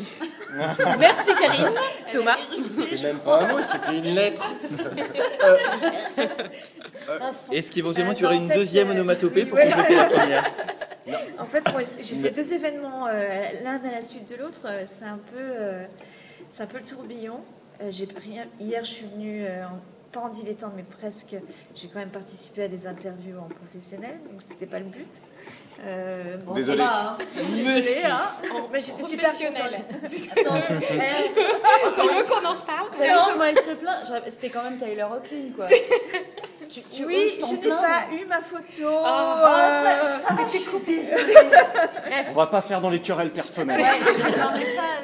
Speaker 3: Merci Karine, Thomas.
Speaker 6: C'était même pas un mot, c'était une
Speaker 9: [laughs]
Speaker 6: lettre.
Speaker 8: Un son.
Speaker 1: Est-ce qu'éventuellement
Speaker 9: Euh,
Speaker 1: tu aurais
Speaker 9: non, en
Speaker 1: une
Speaker 9: fait,
Speaker 1: deuxième
Speaker 9: euh,
Speaker 1: onomatopée
Speaker 9: oui,
Speaker 1: pour
Speaker 9: ouais.
Speaker 1: compléter la
Speaker 9: [laughs]
Speaker 1: première
Speaker 9: En fait, moi, j'ai fait deux événements, euh, l'un à la suite de l'autre. euh, C'est un peu, euh, c'est un peu le tourbillon. Euh, j'ai rien. Hier, je suis venue, euh, en- pas en dilettant, mais presque. J'ai quand même participé à des interviews en professionnel, donc c'était pas le but. Euh, bon,
Speaker 2: Désolé.
Speaker 9: ça va, hein. Désolée, hein. Mais j'étais super
Speaker 4: professionnel.
Speaker 6: [laughs]
Speaker 9: contente. Euh,
Speaker 4: Tu veux qu'on en parle
Speaker 11: Eh, ah, T'as vu comment elle se plaint J'avais- C'était quand même Tyler Hoechlin,
Speaker 10: [laughs]
Speaker 11: quoi. tu, tu
Speaker 9: oui,
Speaker 11: oses t'en
Speaker 9: je n'ai
Speaker 11: plaindre
Speaker 9: pas eu ma photo.
Speaker 11: Ah,
Speaker 9: euh,
Speaker 11: ah, ça, c'était coupé.
Speaker 9: [laughs]
Speaker 2: On va pas faire dans les querelles personnelles.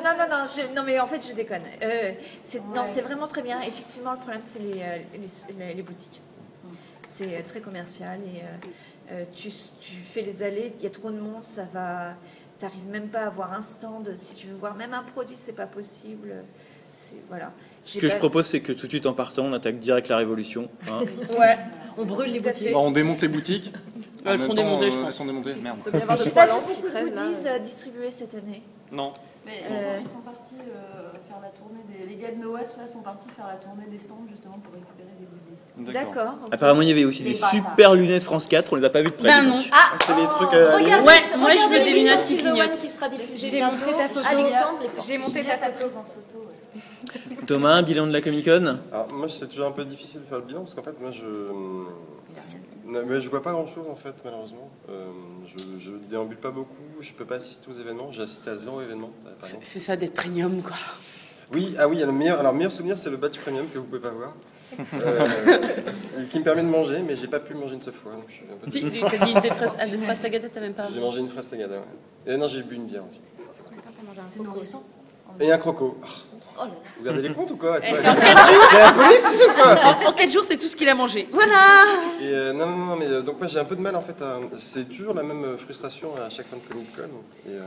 Speaker 9: Non, non, non, je- non, mais en fait, je déconne. Euh, c'est- Non, c'est vraiment très bien. Effectivement, le problème, c'est les, euh, les, les- les boutiques. C'est euh, très commercial et euh, euh, tu, tu fais les allées, il y a trop de monde, ça va. T'arrives même pas à voir un stand. Si tu veux voir même un produit, c'est pas possible. C'est voilà.
Speaker 1: Ce que je propose, c'est que tout de suite en partant, on attaque direct la révolution. hein.
Speaker 9: [laughs] Ouais.
Speaker 8: On brûle les
Speaker 9: Tout à
Speaker 8: boutiques.
Speaker 2: Bon, Bah, on démonte les boutiques. En
Speaker 3: Elles sont
Speaker 2: même temps,
Speaker 3: démontées,
Speaker 2: euh,
Speaker 3: je pense.
Speaker 2: Elles sont démontées, merde.
Speaker 7: Il doit
Speaker 2: [laughs]
Speaker 7: y avoir des
Speaker 9: J'ai pas vu
Speaker 7: balances qui
Speaker 9: beaucoup de
Speaker 7: traînent là.
Speaker 9: goodies euh, distribués cette année.
Speaker 2: Non.
Speaker 10: Mais
Speaker 9: Euh.
Speaker 10: ils, sont, ils sont partis euh, faire la tournée des. Les gars de No Watch là sont partis faire la tournée des stands justement pour récupérer des goodies.
Speaker 9: D'accord. ok.
Speaker 1: Apparemment, il y avait aussi
Speaker 10: Les
Speaker 1: des
Speaker 10: bâtards.
Speaker 1: super lunettes France 4, on les a pas vues de près.
Speaker 3: Ben
Speaker 1: dis
Speaker 3: non.
Speaker 1: donc.
Speaker 11: Ah,
Speaker 6: C'est les trucs
Speaker 1: euh,
Speaker 6: à la limite.
Speaker 8: Regardez-
Speaker 3: Ouais, moi, je
Speaker 8: regardez
Speaker 3: veux des
Speaker 8: l'émission
Speaker 3: menottes qui
Speaker 8: de One
Speaker 3: clignotent.
Speaker 8: qui sera diffusée
Speaker 4: J'ai
Speaker 8: bientôt.
Speaker 4: montré ta photo.
Speaker 8: Alexandre, les portes.
Speaker 4: J'ai monté ta photo.
Speaker 11: en photo. ouais.
Speaker 1: Thomas, un bilan de la Comic Con
Speaker 6: Alors, moi, c'est toujours un peu difficile de faire le bilan parce qu'en fait, moi, je. Non, mais je vois pas grand chose en fait, malheureusement. Euh, je, je déambule pas beaucoup, je peux pas assister aux événements, j'ai assisté à zéro événement. euh, par exemple.
Speaker 3: C'est ça d'être premium, quoi.
Speaker 6: Oui, ah oui, le meilleur, alors, le meilleur souvenir, c'est le badge premium que vous pouvez pas
Speaker 3: [laughs]
Speaker 6: voir. Euh, qui me permet de manger, mais j'ai pas pu manger une seule fois. donc je suis un peu
Speaker 3: Si,
Speaker 6: déçu.
Speaker 3: tu as dit des phrases avec des phrases Sagata, t'as même pas.
Speaker 6: J'ai mangé une fraise tagada, ouais. Et non, j'ai bu une bière aussi.
Speaker 11: C'est nourrissant.
Speaker 6: Et un croco. Ah. Vous gardez les comptes ou quoi
Speaker 3: Oh Eh,
Speaker 6: Toi,
Speaker 3: en 4 jours,
Speaker 6: C'est la police ici ou quoi
Speaker 3: en, en quatre jours, c'est tout ce qu'il a mangé. Voilà.
Speaker 6: Et euh, non, non, non, mais euh, donc moi j'ai un peu de mal en fait. à- C'est toujours la même euh, frustration à chaque fin de Comic Con. Et euh,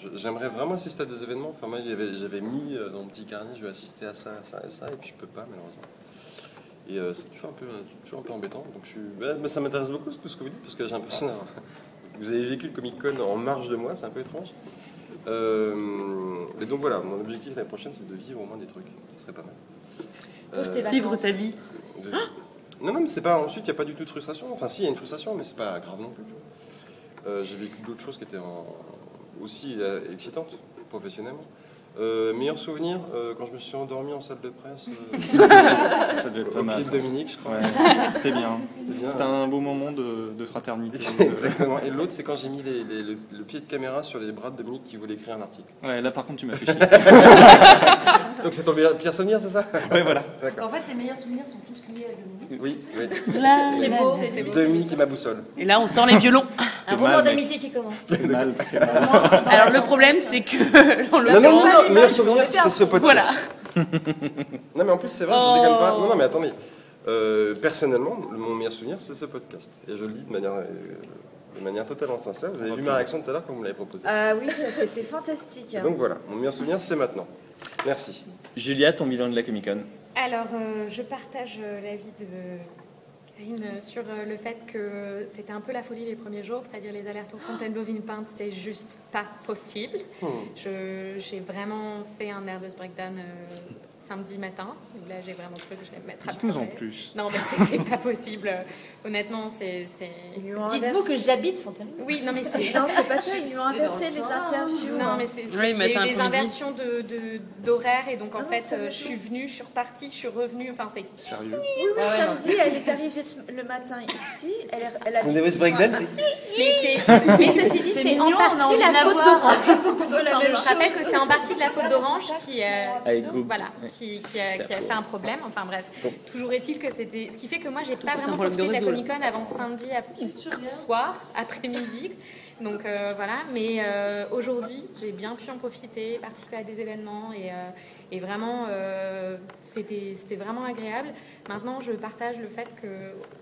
Speaker 6: je- j'aimerais vraiment assister à des événements. Enfin, moi j'avais, j'avais mis euh, dans mon petit carnet, je vais assister à ça, à ça, à ça, et puis je peux pas malheureusement. Et euh, c'est toujours un, peu, toujours un peu embêtant. Donc je suis... ouais, mais ça m'intéresse beaucoup tout ce que vous dites, parce que j'ai l'impression d'avoir- [laughs] Vous avez vécu le Comic Con en marge de moi, c'est un peu étrange. Euh, et donc voilà, mon objectif l'année prochaine c'est de vivre au moins des trucs. Ce serait pas mal.
Speaker 8: Poste et
Speaker 6: Euh,
Speaker 3: Vivre ta vie.
Speaker 6: de-
Speaker 3: Ah
Speaker 6: Non, non, mais c'est pas. Ensuite, il n'y a pas du tout de frustration. Enfin, si, il y a une frustration, mais c'est pas grave non plus. Euh, j'ai vécu d'autres choses qui étaient en- aussi euh, excitante, professionnellement. Euh, meilleur souvenir, euh, quand je me suis endormi en salle de presse. euh,
Speaker 2: [laughs] Ça devait être
Speaker 6: au
Speaker 2: pas mal.
Speaker 6: pied de
Speaker 2: ça.
Speaker 6: Dominique, je crois.
Speaker 2: Ouais, C'était bien.
Speaker 6: C'était bien.
Speaker 2: C'était
Speaker 6: [laughs]
Speaker 2: un beau moment de, de fraternité.
Speaker 6: Exactement. Et l'autre, c'est quand j'ai mis les- les- le, le pied de caméra sur les bras de Dominique qui voulait écrire un article.
Speaker 2: Ouais, là par contre, tu m'as fait
Speaker 6: chier. [laughs] Donc c'est ton meilleur- pire souvenir, c'est ça
Speaker 2: Ouais, voilà.
Speaker 11: En fait, tes meilleurs souvenirs sont tous liés à Dominique.
Speaker 6: Oui, oui.
Speaker 11: Là, c'est beau,
Speaker 6: Oui.
Speaker 11: c'est beau.
Speaker 6: Dominique et ma boussole.
Speaker 3: Et là, on sent les violons.
Speaker 6: Un roman Mal, mec.
Speaker 8: d'amitié qui commence.
Speaker 3: [laughs] Alors, le problème, c'est que. [laughs] en
Speaker 6: Non, non, non,
Speaker 3: l'occurrence-
Speaker 6: non, meilleur souvenir, c'est ce podcast. non, mais en plus, c'est vrai, je déconne pas.
Speaker 3: Oh.
Speaker 6: Non, non, mais attendez. Euh, personnellement, le- mon meilleur souvenir, c'est ce podcast. Et je le dis de manière, euh, de manière totalement sincère. Vous avez vu ma réaction tout à l'heure quand vous me l'avez proposé.
Speaker 9: Ah oui, ça c'était
Speaker 4: [laughs]
Speaker 9: fantastique.
Speaker 6: Et
Speaker 9: hein.
Speaker 6: donc voilà, mon meilleur souvenir, c'est maintenant. Merci.
Speaker 1: Julia, ton bilan de la Comic Con
Speaker 4: Alors, euh, je partage euh, l'avis de Karine euh, sur euh, le fait que c'était un peu la folie les premiers jours, c'est-à-dire les allers-retours Fontainebleau
Speaker 2: Ah.
Speaker 4: Villepinte, c'est juste pas possible.
Speaker 11: Hmm.
Speaker 4: Je- J'ai vraiment fait un nervous breakdown euh, samedi matin, où là j'ai vraiment cru que j'allais me mettre à
Speaker 2: Dites-nous en
Speaker 4: pleurer.
Speaker 2: plus.
Speaker 4: Non, mais c'était pas possible. Honnêtement, c'est. c'est-
Speaker 8: Dites-vous que j'habite Fontainebleau.
Speaker 4: Oui, non, mais c'est.
Speaker 9: Non, c'est pas ça, ils lui
Speaker 4: lui
Speaker 9: ont inversé les interviews.
Speaker 4: Non, mais c'est. c'est-
Speaker 3: Oui, ils
Speaker 4: il y
Speaker 3: mettent un
Speaker 4: a eu
Speaker 3: peu
Speaker 4: des
Speaker 3: le
Speaker 4: inversions de- de- d'horaires, et donc en
Speaker 9: Ah non,
Speaker 4: fait,
Speaker 9: ça
Speaker 4: euh,
Speaker 9: va
Speaker 4: je suis venue, je suis repartie, je suis revenue. Enfin, c'est.
Speaker 2: Sérieux
Speaker 9: Oui, oui,
Speaker 4: Ouais, ouais,
Speaker 9: samedi,
Speaker 4: non.
Speaker 9: elle est arrivée ce- le matin ici. Elle, est- elle a
Speaker 6: Son nervous breakdown, c'est-
Speaker 4: Mais, c'est- mais ceci dit,
Speaker 9: C'est
Speaker 4: c'est
Speaker 9: mignon,
Speaker 4: en
Speaker 9: on a envie
Speaker 4: partie
Speaker 9: de
Speaker 4: la
Speaker 9: la
Speaker 4: faute
Speaker 9: voir. [laughs] C'est
Speaker 4: d'Orange.
Speaker 9: plutôt la même
Speaker 4: Je
Speaker 9: chose.
Speaker 4: rappelle que c'est en partie de la faute d'Orange qui, euh,
Speaker 1: Avec Google.
Speaker 4: voilà,
Speaker 1: Ouais.
Speaker 4: qui, qui a, qui a fait un problème. Enfin bref, toujours est-il que c'était. Ce qui fait que moi, j'ai pas
Speaker 3: c'est un
Speaker 4: vraiment
Speaker 3: problème de
Speaker 4: profité de la
Speaker 3: réseau,
Speaker 4: Comic
Speaker 3: là.
Speaker 4: Con avant samedi à- soir, après-midi. Donc euh, voilà, mais euh, aujourd'hui, j'ai bien pu en profiter, participer à des événements et, euh, et vraiment, euh, c'était c'était vraiment agréable. Maintenant, je partage le fait que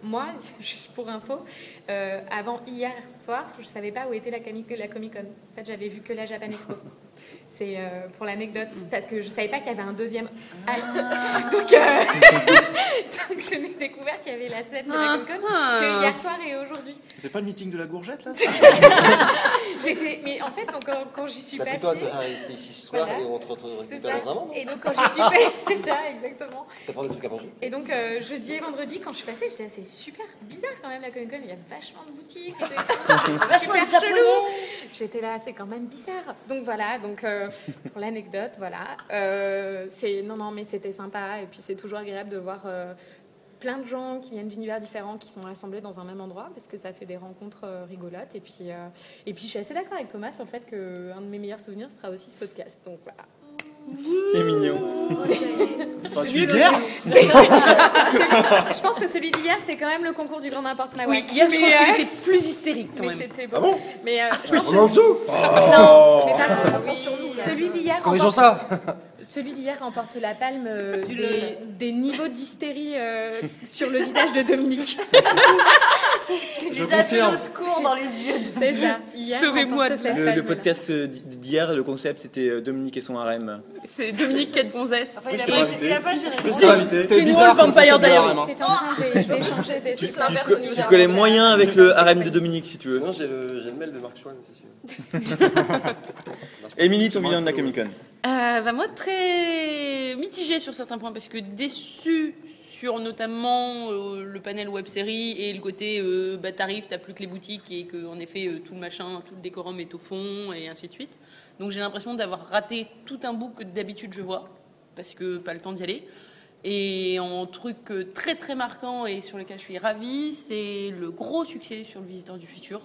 Speaker 4: moi, [laughs] juste pour info, euh, avant hier soir, je savais pas où était la, Comic- la Comic Con. En fait, j'avais vu que la Japan Expo. C'est euh, pour l'anecdote, parce que je savais pas qu'il y avait un deuxième hall. [laughs] Donc, euh, [laughs] donc je n'ai découvert qu'il y avait la scène de la Comic Con que hier soir et aujourd'hui.
Speaker 2: C'est pas le meeting de la gourgette là
Speaker 4: J'étais, mais en fait, donc, quand, quand j'y suis
Speaker 6: Bah, T'as
Speaker 4: passée,
Speaker 6: plutôt intérêt à rester ici ce soir
Speaker 4: Voilà.
Speaker 6: et on te
Speaker 4: c'est
Speaker 6: retrouve
Speaker 4: ça.
Speaker 6: dans un moment.
Speaker 4: Et donc quand j'y suis [laughs] passée, c'est ça exactement.
Speaker 6: T'as pas des trucs à manger
Speaker 4: Et donc euh, jeudi et vendredi, quand je suis passée, j'étais assez super bizarre quand même la Comic Con. Il y a vachement de
Speaker 11: [laughs]
Speaker 4: boutiques, et c'est
Speaker 11: Vachement
Speaker 4: super
Speaker 11: de Japonais.
Speaker 4: chelou. J'étais là, c'est quand même bizarre. Donc voilà, donc euh, pour l'anecdote, voilà, Euh, c'est non non, mais c'était sympa et puis c'est toujours agréable de voir. euh, plein de gens qui viennent d'univers différents qui sont rassemblés dans un même endroit parce que ça fait des rencontres euh, rigolotes et puis euh, et puis je suis assez d'accord avec Thomas sur le fait que un de mes meilleurs souvenirs sera aussi ce podcast donc voilà
Speaker 1: C'est mignon.
Speaker 2: Enfin, celui d'hier
Speaker 1: [laughs]
Speaker 4: je pense que celui d'hier, c'est quand même le concours du grand n'importe quoi. euh,
Speaker 11: Oui, hier, je pense qu'il était
Speaker 4: plus hystérique quand même.
Speaker 6: Ah bon
Speaker 4: Mais euh, je
Speaker 6: Mais
Speaker 4: pense
Speaker 6: on est en
Speaker 4: que-
Speaker 6: dessous Oh.
Speaker 4: Non, mais par contre, celui d'hier.
Speaker 6: Corrigeons
Speaker 4: remporte-
Speaker 6: ça
Speaker 4: Celui d'hier remporte la palme euh, des, des niveaux d'hystérie euh, sur le visage de
Speaker 6: [laughs]
Speaker 4: Dominique.
Speaker 1: Je confirme.
Speaker 4: secours dans les yeux de [laughs] C'est ça. Hier
Speaker 3: Sauvez-moi
Speaker 4: remporte cette
Speaker 1: Le, le
Speaker 4: palme-là.
Speaker 1: podcast euh, d'hier, le concept c'était euh, Dominique et son harem.
Speaker 3: C'est Dominique Quête Gonzesse.
Speaker 11: il a
Speaker 3: Et-
Speaker 11: pas- il a pas géré.
Speaker 1: C'était invité. C'était
Speaker 3: Teen
Speaker 1: bizarre
Speaker 3: Wolf
Speaker 1: comme
Speaker 3: Vampire
Speaker 1: concept de
Speaker 3: Diaries.
Speaker 1: harem, hein.
Speaker 4: T'es en train de- d'échanger des
Speaker 1: Tu,
Speaker 4: trucs.
Speaker 1: tu co- tu connais moyen avec le harem de Dominique si tu veux.
Speaker 6: Sinon, j'ai le, j'ai le mail de Marc Schwann aussi.
Speaker 1: [laughs] Émilie, ton bilan de la Comic Con
Speaker 3: Euh, bah, moi, très mitigée sur certains points parce que déçue sur notamment euh, le panel web série et le côté euh, bah, t'arrives, t'as plus que les boutiques et que en effet euh, tout le machin, tout le décorum est au fond et ainsi de suite. Donc j'ai l'impression d'avoir raté tout un bout que d'habitude je vois parce que pas le temps d'y aller. Et en truc euh, très très marquant et sur lequel je suis ravie, c'est le gros succès sur le Visiteur du Futur.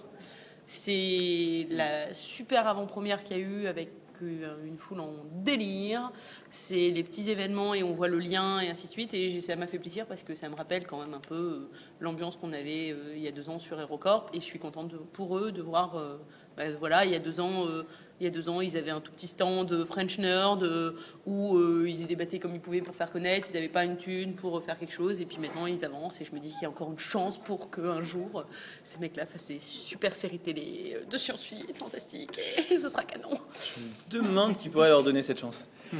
Speaker 3: C'est la super avant-première qu'il y a eu avec euh, une foule en délire. C'est les petits événements et on voit le lien et ainsi de suite. Et j'ai- ça m'a fait plaisir parce que ça me rappelle quand même un peu euh, l'ambiance qu'on avait euh, il y a deux ans sur Aerocorp. Et je suis contente de- pour eux de voir, euh, bah, voilà, il y a deux ans. euh, il y a deux ans, ils avaient un tout petit stand euh, French Nerd euh, où euh, ils se débattaient comme ils pouvaient pour faire connaître. Ils n'avaient pas une thune pour euh, faire quelque chose. Et puis maintenant, ils avancent. Et je me dis qu'il y a encore une chance pour qu'un jour, ces mecs-là fassent des super séries télé euh, de science-fi fantastique. Et ce sera canon.
Speaker 1: Demande qui pourrait leur donner cette chance.
Speaker 2: Hmm.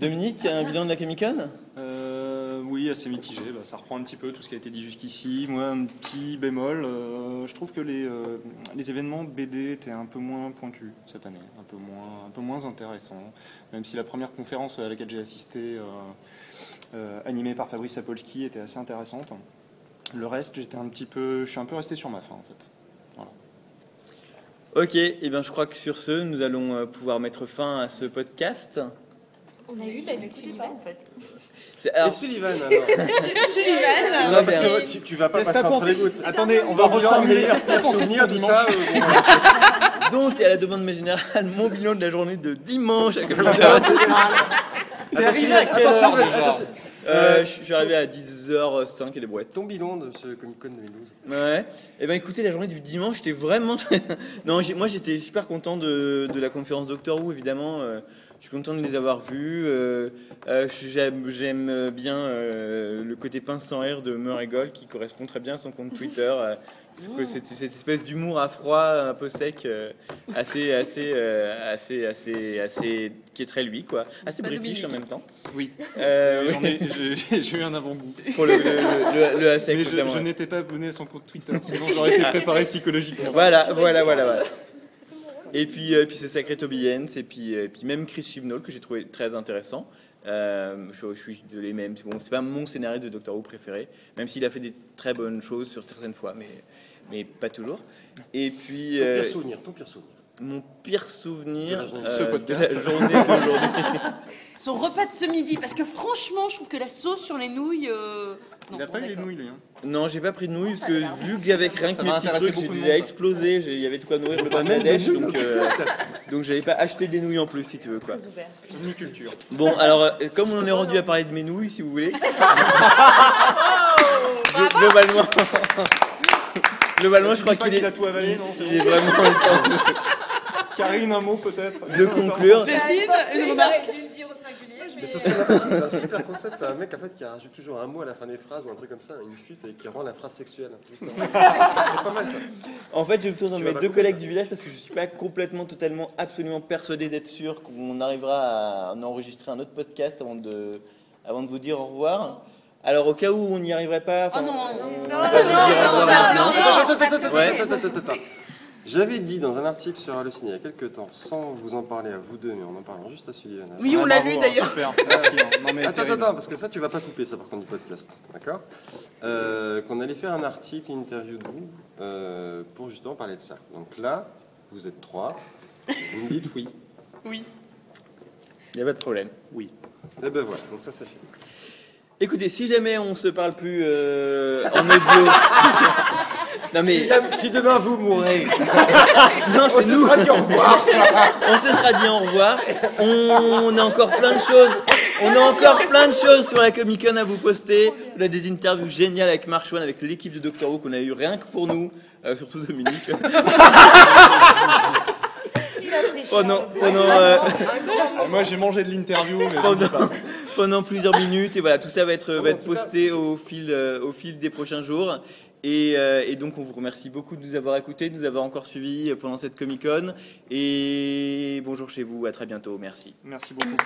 Speaker 1: Dominique, un bilan de la Comic Con
Speaker 2: [laughs] Euh, oui, assez mitigé. Bah, ça reprend un petit peu tout ce qui a été dit jusqu'ici. Moi, un petit bémol. euh, je trouve que les, euh, les événements BD étaient un peu moins pointus cette année, un peu moins, un peu moins intéressants. Même si la première conférence à laquelle j'ai assisté, euh, euh, animée par Fabrice Sapolsky, était assez intéressante. Le reste, j'étais un petit peu, je suis un peu resté sur ma faim en fait. Voilà.
Speaker 1: Ok, et bien je crois que sur ce, nous allons euh, pouvoir mettre fin à ce podcast.
Speaker 4: On a eu la vie de Sullivan en fait.
Speaker 1: C'est- alors- [laughs]
Speaker 6: Sullivan,
Speaker 4: [laughs]
Speaker 6: alors
Speaker 4: Sullivan
Speaker 6: Ah Non, parce que tu, tu vas pas
Speaker 1: Qu'est-ce
Speaker 6: passer
Speaker 1: t'as
Speaker 6: entre les
Speaker 1: pensé
Speaker 6: gouttes.
Speaker 1: Attendez, on va reformuler. Qu'est-ce que t'as pensé de ton
Speaker 6: souvenir de ça
Speaker 1: dimanche
Speaker 6: euh,
Speaker 1: [laughs]
Speaker 6: bon,
Speaker 1: Donc, à la demande de ma générale, mon bilan de la journée de
Speaker 6: [laughs]
Speaker 1: dimanche à Comedy Club.
Speaker 6: T'es arrivé à quelle
Speaker 1: Attention,
Speaker 6: heure,
Speaker 1: attention,
Speaker 6: déjà
Speaker 1: attention. Euh, Je je suis arrivé à 10h05 et des boîtes.
Speaker 6: Ton bilan de ce Comic Con 2012
Speaker 1: Ouais. Eh ben écoutez, la journée du dimanche, j'étais vraiment. [laughs] non, j'ai- moi j'étais super content de, de la conférence Doctor Who, évidemment. euh, je suis content de les avoir vus. euh, euh, j'aime, j'aime bien euh, le côté pince sans rire de Murray Gold qui correspond très bien à son compte Twitter. euh, ce que- cette, cette espèce d'humour à froid, un peu sec, euh, assez, assez, euh, assez, assez, assez, qui est très lui, quoi. Assez
Speaker 2: Pas
Speaker 1: british en
Speaker 2: Dominique.
Speaker 1: même temps.
Speaker 2: Oui.
Speaker 1: Euh,
Speaker 2: J'en ai-
Speaker 1: oui.
Speaker 2: j'ai- j'ai [laughs] j'ai eu un avant-goût.
Speaker 1: [laughs] Pour le- le- le- le- le ASEC,
Speaker 2: Mais je,
Speaker 1: notamment,
Speaker 2: je
Speaker 1: ouais.
Speaker 2: n'étais pas abonné à son compte Twitter, sinon j'aurais
Speaker 1: [laughs]
Speaker 2: été préparé psychologiquement.
Speaker 1: Voilà, voilà, voilà, voilà. Et puis, euh, puis ce sacré Toby Hens, et puis, euh, et puis même Chris Chibnall, que j'ai trouvé très intéressant. Euh, je, je suis de les mêmes. Bon, c'est pas mon scénario de Doctor Who préféré, même s'il a fait des très bonnes choses sur certaines fois, mais, mais pas toujours. Et
Speaker 6: Ton
Speaker 1: puis. euh,
Speaker 6: pire souvenir, ton pire souvenir.
Speaker 1: Mon pire souvenir
Speaker 6: De la journée.
Speaker 1: euh,
Speaker 6: Ce podcast.
Speaker 1: de la journée
Speaker 6: [laughs]
Speaker 1: d'aujourd'hui.
Speaker 3: Son repas de ce midi, parce que franchement, je trouve que la sauce sur les nouilles. euh, Non,
Speaker 2: Il n'a
Speaker 3: bon,
Speaker 2: pas eu les
Speaker 3: d'accord.
Speaker 2: nouilles, lui. hein.
Speaker 1: Non, j'ai pas pris de nouilles parce
Speaker 3: ça
Speaker 1: que
Speaker 3: a l'air
Speaker 1: vu qu'avec rien que
Speaker 2: Ça
Speaker 1: mes
Speaker 2: m'a
Speaker 1: petits
Speaker 2: intéressé
Speaker 1: trucs, j'ai
Speaker 2: beaucoup de
Speaker 1: déjà
Speaker 2: monde, ça.
Speaker 1: explosé, j'ai- il y avait de quoi nourrir le
Speaker 2: Pas même des
Speaker 1: Bangladesh,
Speaker 2: nouilles
Speaker 1: donc
Speaker 2: dans le
Speaker 1: euh, [laughs] donc j'avais pas acheté des nouilles en plus si tu veux quoi. Bon, alors, euh, comme on en est rendu à parler de mes nouilles, si vous
Speaker 3: [laughs]
Speaker 1: voulez.
Speaker 3: Oh,
Speaker 1: Glo- globalement, [laughs] globalement, je crois qu'il est, il est vraiment le temps
Speaker 2: Karine, un mot peut-être
Speaker 1: de conclure.
Speaker 3: Delphine, une remarque
Speaker 6: Mais ça, c'est
Speaker 4: euh,
Speaker 6: un- c'est un super concept. C'est un mec en fait qui rajoute toujours un mot à la fin des phrases ou un truc comme ça, une fuite et qui rend la
Speaker 1: [laughs]
Speaker 6: phrase sexuelle. justement. ça serait pas mal ça.
Speaker 1: En fait, je me tourne vers
Speaker 6: Tu
Speaker 1: mes
Speaker 6: vas
Speaker 1: deux
Speaker 6: pas
Speaker 1: collègues du village parce que je suis pas complètement, totalement, absolument persuadé d'être sûr qu'on arrivera à en enregistrer un autre podcast avant de, avant de vous dire au revoir. Alors, au cas où on n'y arriverait pas. enfin, on- on va vous dire au revoir maintenant.
Speaker 6: Attends, attends, attends,
Speaker 1: Ouais.
Speaker 6: attends, attends, attends, attends. J'avais dit dans un article sur Allociné il y a quelques temps, sans vous en parler à vous deux, mais en en parlant juste à Sullivan.
Speaker 3: Oui, on
Speaker 6: Ah,
Speaker 3: l'a
Speaker 6: bravo,
Speaker 3: lu,
Speaker 6: hein,
Speaker 3: d'ailleurs.
Speaker 6: super.
Speaker 2: Merci, hein. Non, mais
Speaker 6: attends, attends,
Speaker 2: terrible.
Speaker 6: attends, parce que ça, tu vas pas couper ça par contre du podcast, d'accord Euh, Qu'on allait faire un article, une interview de vous, euh, pour justement parler de ça. Donc là, vous êtes trois, vous me dites oui.
Speaker 3: Oui.
Speaker 1: Il n'y a pas de problème.
Speaker 6: Oui. Et ben voilà, donc ça c'est fini.
Speaker 1: Écoutez, si jamais on se parle plus euh, en
Speaker 6: [laughs]
Speaker 1: audio. non mais.
Speaker 6: Si, dam- si demain vous mourrez,
Speaker 1: [laughs] Non,
Speaker 6: on
Speaker 1: c'est
Speaker 6: se
Speaker 1: nous.
Speaker 6: sera dit au revoir.
Speaker 1: [laughs] on se sera dit au revoir. On a encore plein de choses. On a encore plein de choses sur la Comic Con à vous poster. On a des interviews géniales avec Marchwan, avec l'équipe de Doctor Who qu'on a eu rien que pour nous, Euh, surtout Dominique. [laughs] pendant, pendant, euh,
Speaker 2: Alors, Ah, Moi, j'ai mangé de l'interview, mais je sais
Speaker 1: pendant,
Speaker 2: pas.
Speaker 1: [laughs] pendant plusieurs minutes et voilà tout ça va être, va être
Speaker 6: tout ça.
Speaker 1: posté au fil, euh, au fil des prochains jours et, euh, et donc on vous remercie beaucoup de nous avoir écoutés, de nous avoir encore euh, suivis pendant cette Comic Con et bonjour chez vous, à très bientôt, merci.
Speaker 2: Merci beaucoup.